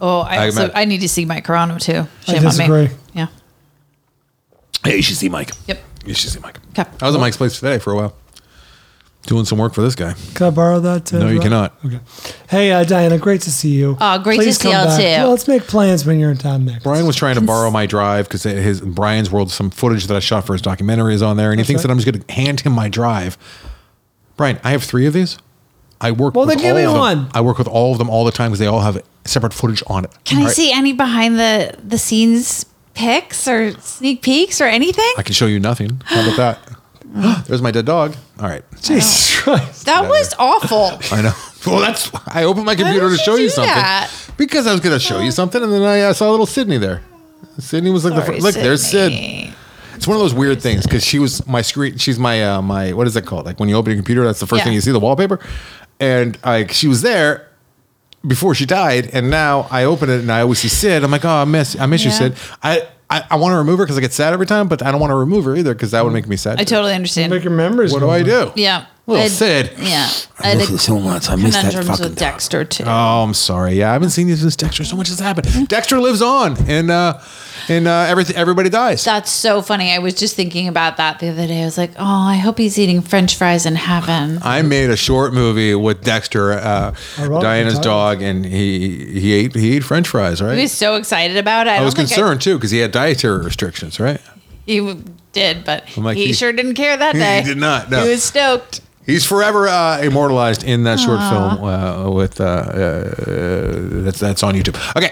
oh, I I also, imagine- I need to see Mike Carano too. I Shame on me. disagree. Yeah. Hey, you should see Mike. Yep. You should see Mike. Okay. I was at Mike's place today for a while, doing some work for this guy. Can I borrow that? uh, no, you Rob? cannot. Hey, uh, Diana, great to see you. Oh, great to see come you back. too. Well, let's make plans when you're in town next. Brian was trying to borrow my drive because his Brian's World, some footage that I shot for his documentary is on there, and he That's thinks right. that I'm just going to hand him my drive. Brian, I have three of these. I work. Well, with then give all me of them. one. I work with all of them all the time because they all have separate footage on it. Can All I right? see any behind the the scenes pics or sneak peeks or anything? I can show you nothing. How about that? There's my dead dog. All right. Jesus Oh. Christ. That was awful. I know. Well, that's. I opened my computer to did show you you do something that? because I was going to show you something, and then I uh, saw little Sydney there. Sydney was like the Sorry, first. Look, there's Sid. It's one of those weird things because she was my screen. She's my uh, my what is it called? Like when you open your computer, that's the first Yeah. thing you see the wallpaper, and like she was there before she died, and now I open it and I always see Sid. I'm like, oh, I miss I miss you, Yeah. Sid. I I, I want to remove her because I get sad every time, but I don't want to remove her either because that would make me sad. I totally understand. your memories. What do I do? Yeah. Little I'd- Sid. Yeah. I miss I'd- you so much. I miss that conundrums fucking with Dexter too. Oh, I'm sorry. Yeah, I haven't seen you since Dexter. So much has Mm-hmm. happened. Dexter lives on, and uh, and uh, everything everybody dies. That's so funny. I was just thinking about that the other day. I was like, oh, I hope he's eating French fries in heaven. I made a short movie with Dexter, uh, I wrote Diana's the title. dog, and he he ate he ate French fries, right? He was so excited about it. I, I, don't was think concerned too because he had dietary restrictions, right? he w- did, but I'm like, he, he- sure didn't care that he day. did not, no. He was stoked. He's forever uh, immortalized in that short Aw. film uh, with uh, uh, that's that's on YouTube. Okay.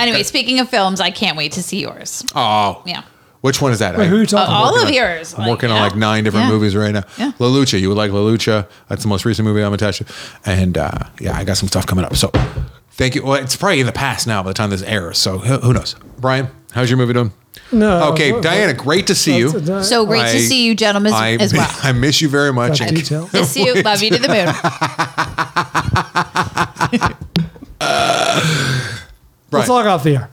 Anyway, speaking of films, I can't wait to see yours. Oh, Yeah. which one is that? Wait, who are you I'm talking about? working Uh, All of on- yours, I'm like, working yeah. on like nine different Yeah. movies right now. Yeah. La Lucha, you would like La Lucha. That's the most recent movie I'm attached to, and uh, yeah, I got some stuff coming up. So, thank you. Well, it's probably in the past now by the time this airs. So who who knows? Brian, how's your movie doing? No, Okay, what- Diana, great to see you. Uh, That's a- So great to see you, gentlemen, I, as well. I miss you very much. Got detail. Miss you. Love you to the moon. Let's log off the air.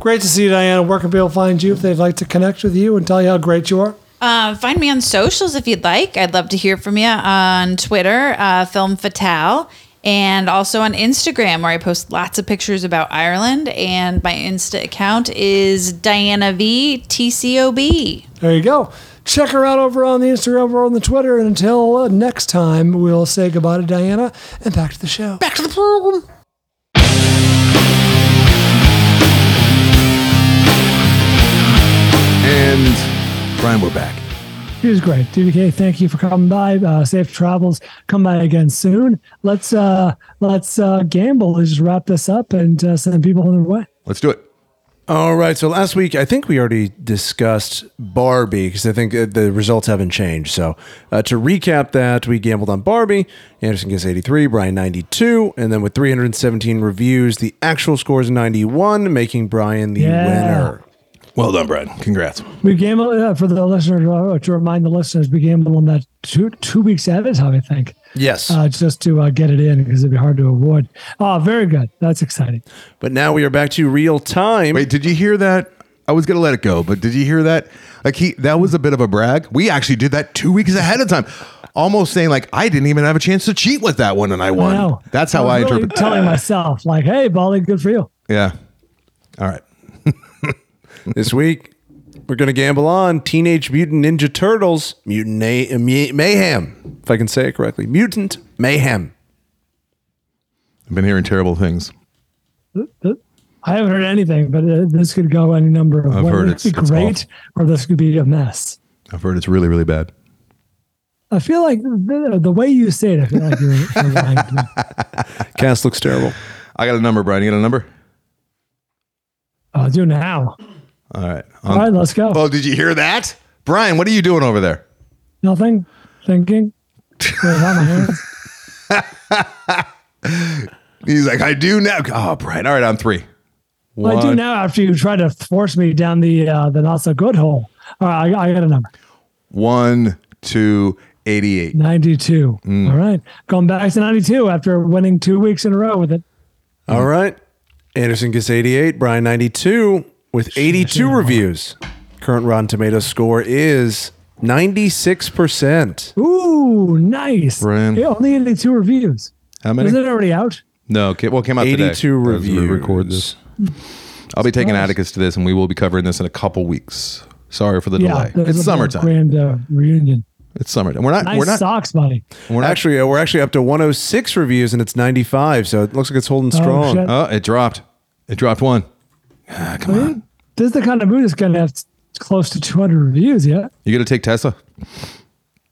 Great to see you, Diana. Where can people find you if they'd like to connect with you and tell you how great you are? Uh, find me on socials if you'd like. I'd love to hear from you on Twitter, uh, Film Fatale, and also on Instagram, where I post lots of pictures about Ireland. And my Insta account is Diana V T C O B. There you go. Check her out over on the Instagram or on the Twitter. And until uh, next time, we'll say goodbye to Diana and back to the show. Back to the program. And Brian, we're back. It was great. DBK, thank you for coming by. Uh, safe travels. Come by again soon. Let's uh let's uh gamble. Let's just wrap this up and uh, send people on their way. Let's do it. All right. So last week, I think we already discussed Barbie because I think uh, the results haven't changed. So uh, to recap that, we gambled on Barbie. Anderson gets 83, Brian 92. And then with 317 reviews, the actual score is 91, making Brian the Yeah. winner. Well done, Brian. Congrats. We gambled uh, for the listener uh, to remind the listeners. We gambled on that two two weeks at a time. I think. Yes. Uh, just to uh, get it in because it'd be hard to avoid. Oh, very good. That's exciting. But now we are back to real time. Wait, did you hear that? I was gonna let it go, but did you hear that? Like he, that was a bit of a brag. We actually did that two weeks ahead of time, almost saying like I didn't even have a chance to cheat with that one, and I won. know. That's how was I, really interpret. telling myself like, "Hey, Bali, good for you." Yeah. All right. this week, we're going to gamble on Teenage Mutant Ninja Turtles Mutant A- uh, May- Mayhem, if I can say it correctly. Mutant Mayhem. I've been hearing terrible things. I haven't heard anything, but uh, this could go any number of I've ways. heard It could be it's- it's great, or this could be a mess. I've heard it's really, really bad. I feel like the, the way you say it, I feel like you're, you're lying. to me. Cast looks terrible. I got a number, Brian. You got a number? I'll Oh, do now. All right. All right, let's go. Oh, did you hear that, Brian? What are you doing over there? Nothing. Thinking. Wait, am I here? He's like, I do now. Oh, Brian. All right, I'm three. Well, I do One. now after you try to force me down the uh, the not so good hole. All right, I, I got a number. One, two, 88. 92. Mm. All right. Going back to 92 after winning two weeks in a row with it. All right. Anderson gets 88, Brian 92 with 82 reviews. Current Rotten Tomatoes score is 96%. Ooh, nice. It only ended two reviews. How many? Isn't it already out? No, ca- well, it came out today. 82 as we Record this. I'll be taking Atticus to this, and we will be covering this in a couple weeks. Sorry for the delay. there's It's a big summertime. Grand uh, reunion. It's summertime. We're not. nice we're not- socks, buddy. We're actually uh, we're actually up to 106 reviews and it's 95, so it looks like it's holding Oh, strong. shit. Oh, it dropped. It dropped one. come on. This is the kind of movie that's going to have close to 200 reviews yet. You going to take Tessa?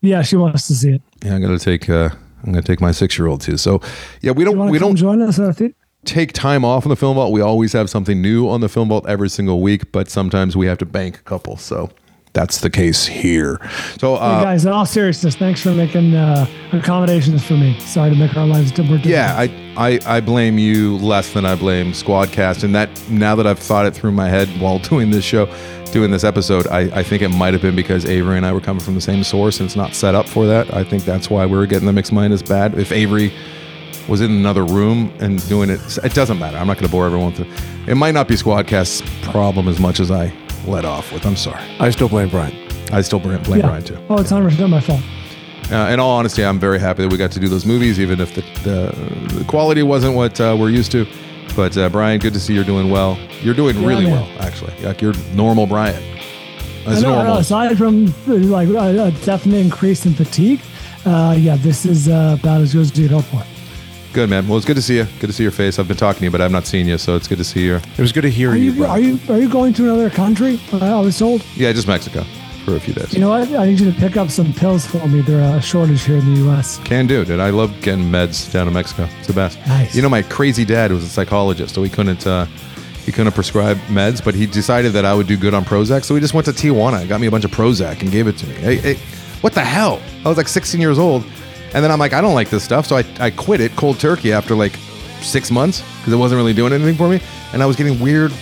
Yeah, she wants to see it. Yeah, I'm going to take. Uh, I'm going to take my six year old too. So, yeah, we don't. We don't join us. Take time off on the film vault. We always have something new on the film vault every single week, but sometimes we have to bank a couple. So that's the case here. So hey, uh, guys, in all seriousness, thanks for making uh, accommodations for me. Sorry to make our lives different. Yeah, I, I I blame you less than I blame Squadcast, and that now that I've thought it through my head while doing this show, doing this episode, I, I think it might have been because Avery and I were coming from the same source, and it's not set up for that. I think that's why we were getting the mixed mind as bad. If Avery was in another room and doing it, it doesn't matter. I'm not going to bore everyone. With it. it might not be Squadcast's problem as much as I let off with. I'm sorry. I still blame Brian. I still blame blame Brian too. Oh, it's 100% my fault. Uh, in all honesty, I'm very happy that we got to do those movies, even if the, the, the quality wasn't what uh, we're used to. But uh, Brian, good to see you're doing well. You're doing Yeah, really man. well, actually. Like you're normal, Brian. As I know, normal. Aside from uh, like a a definite increase in fatigue, uh, yeah, this is uh, about as good as you'd hope for. Good man. Well, it's good to see you. Good to see your face. I've been talking to you, but I've not seen you, so it's good to see you. It was good to hear Are you, are you are you going to another country? Uh, I I was told. Yeah, just Mexico for a few days. You know what? I need you to pick up some pills for me. They're a shortage here in the U.S. Can do, dude. I love getting meds down in Mexico. It's the best. Nice. You know, my crazy dad was a psychologist, so he couldn't uh, he couldn't prescribe meds, but he decided that I would do good on Prozac, so he just went to Tijuana, and got me a bunch of Prozac, and gave it to me. Hey, hey, what the hell? I was like 16 years old, and then I'm like, I don't like this stuff, so I I quit it cold turkey after like six months because it wasn't really doing anything for me, and I was getting weird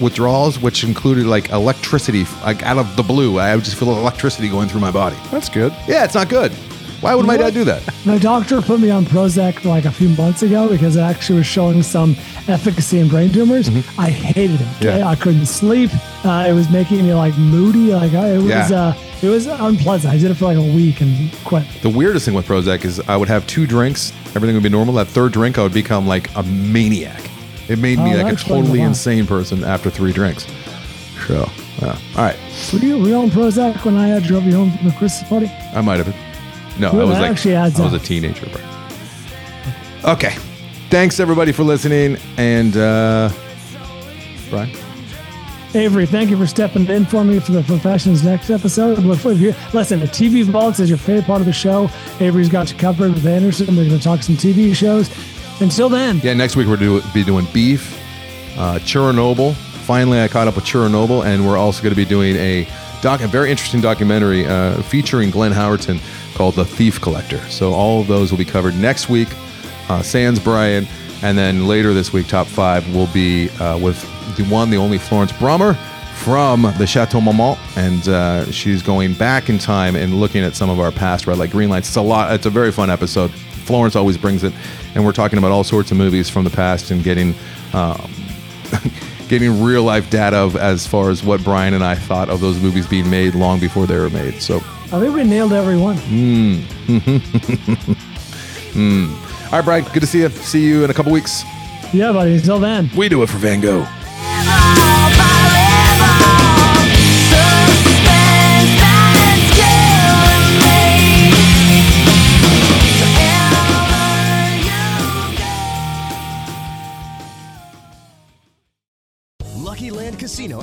withdrawals, which included like electricity, like out of the blue. I would just feel electricity going through my body. That's good. Yeah, it's not good. Why would my dad do that? My doctor put me on Prozac like a few months ago because it actually was showing some efficacy in brain tumors. I hated it. okay? Mm-hmm. Yeah. I couldn't sleep. Uh, it was making me like moody. Like I- it was, Yeah. uh, it was unpleasant. I did it for like a week and quit. The weirdest thing with Prozac is I would have two drinks, everything would be normal. That third drink, I would become like a maniac. It made me Oh, that like a explains a totally lot. insane person after three drinks. So, yeah. all right, Were you, were you on Prozac when I uh, drove you home from the Christmas party? I might have. No, Well, I was that like actually adds I was up. a teenager. Bro. Okay, thanks everybody for listening, and uh, Brian. Avery, thank you for stepping in for me for the professionals next episode. Look for- if you- Listen, the TV Vaults is your favorite part of the show. Avery's got you covered with Anderson. We're going to talk some TV shows. Until then, Yeah, next week we're do, be doing beef, uh, Chernobyl. Finally, I caught up with Chernobyl, and we're also going to be doing a doc, a very interesting documentary uh, featuring Glenn Howerton called "The Thief Collector." So all of those will be covered next week. Uh, Sans Brian, and then later this week, top five will be uh, with the one, the only Florence Brummer from the Chateau Marmont, and uh, she's going back in time and looking at some of our past red light green lights. It's a lot. It's a very fun episode. Florence always brings it, and we're talking about all sorts of movies from the past and getting. Um, Getting real life data of as far as what Brian and I thought of those movies being made long before they were made. So, I think we nailed everyone. mm. mm. all right, Brian, good to see you. See you in a couple weeks. Yeah, buddy. Until then, we do it for Van Gogh. Lucky Land Casino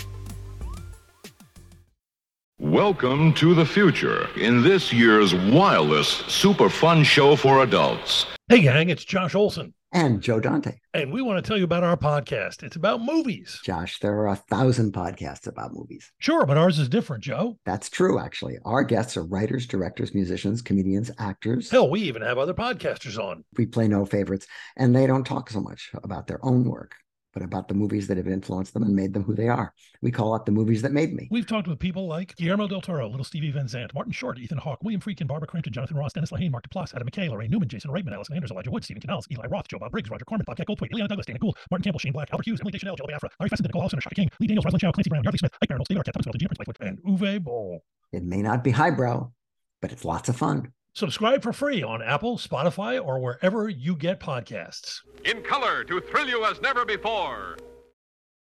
Welcome to the future in this year's wildest super fun show for adults. Hey, gang, it's Josh Olson. And Joe Dante. And we want to tell you about our podcast. It's about movies. Josh, there are a thousand podcasts about movies. Sure, but ours is different, Joe. That's true, actually. Our guests are writers, directors, musicians, comedians, actors. Hell, we even have other podcasters on. We play no favorites, and they don't talk so much about their own work, but about the movies that have influenced them and made them who they are. We call it the movies that made me. We've talked with people like Guillermo del Toro, Little Stevie Van Zandt, Martin Short, Ethan Hawke, William Friedkin, Barbara Crampton, Jonathan Ross, Dennis Lehane, Mark Duplass, Adam McKay, Lorraine Newman, Jason Reitman, Alison Anders, Elijah Wood, Stephen Canales, Eli Roth, Joe Bob Briggs, Roger Corman, Bobcat Goldthwait, Ileana Douglas, Dana Gould, Martin Campbell, Shane Black, Albert Hughes, Emily Deschanel, Joel Biafra, Larry Fessenden, Nicole Allison, Shaka King, Lee Daniels, Rosalind Chow, Clancy Brown, Yardley Smith, Ike Barinholtz, David Arquette, Thomas Middleton, Juniper Slightfoot, and Uwe Boll. It may not be highbrow, but it's lots of fun. Subscribe for free on Apple, Spotify, or wherever you get podcasts. In color to thrill you as never before.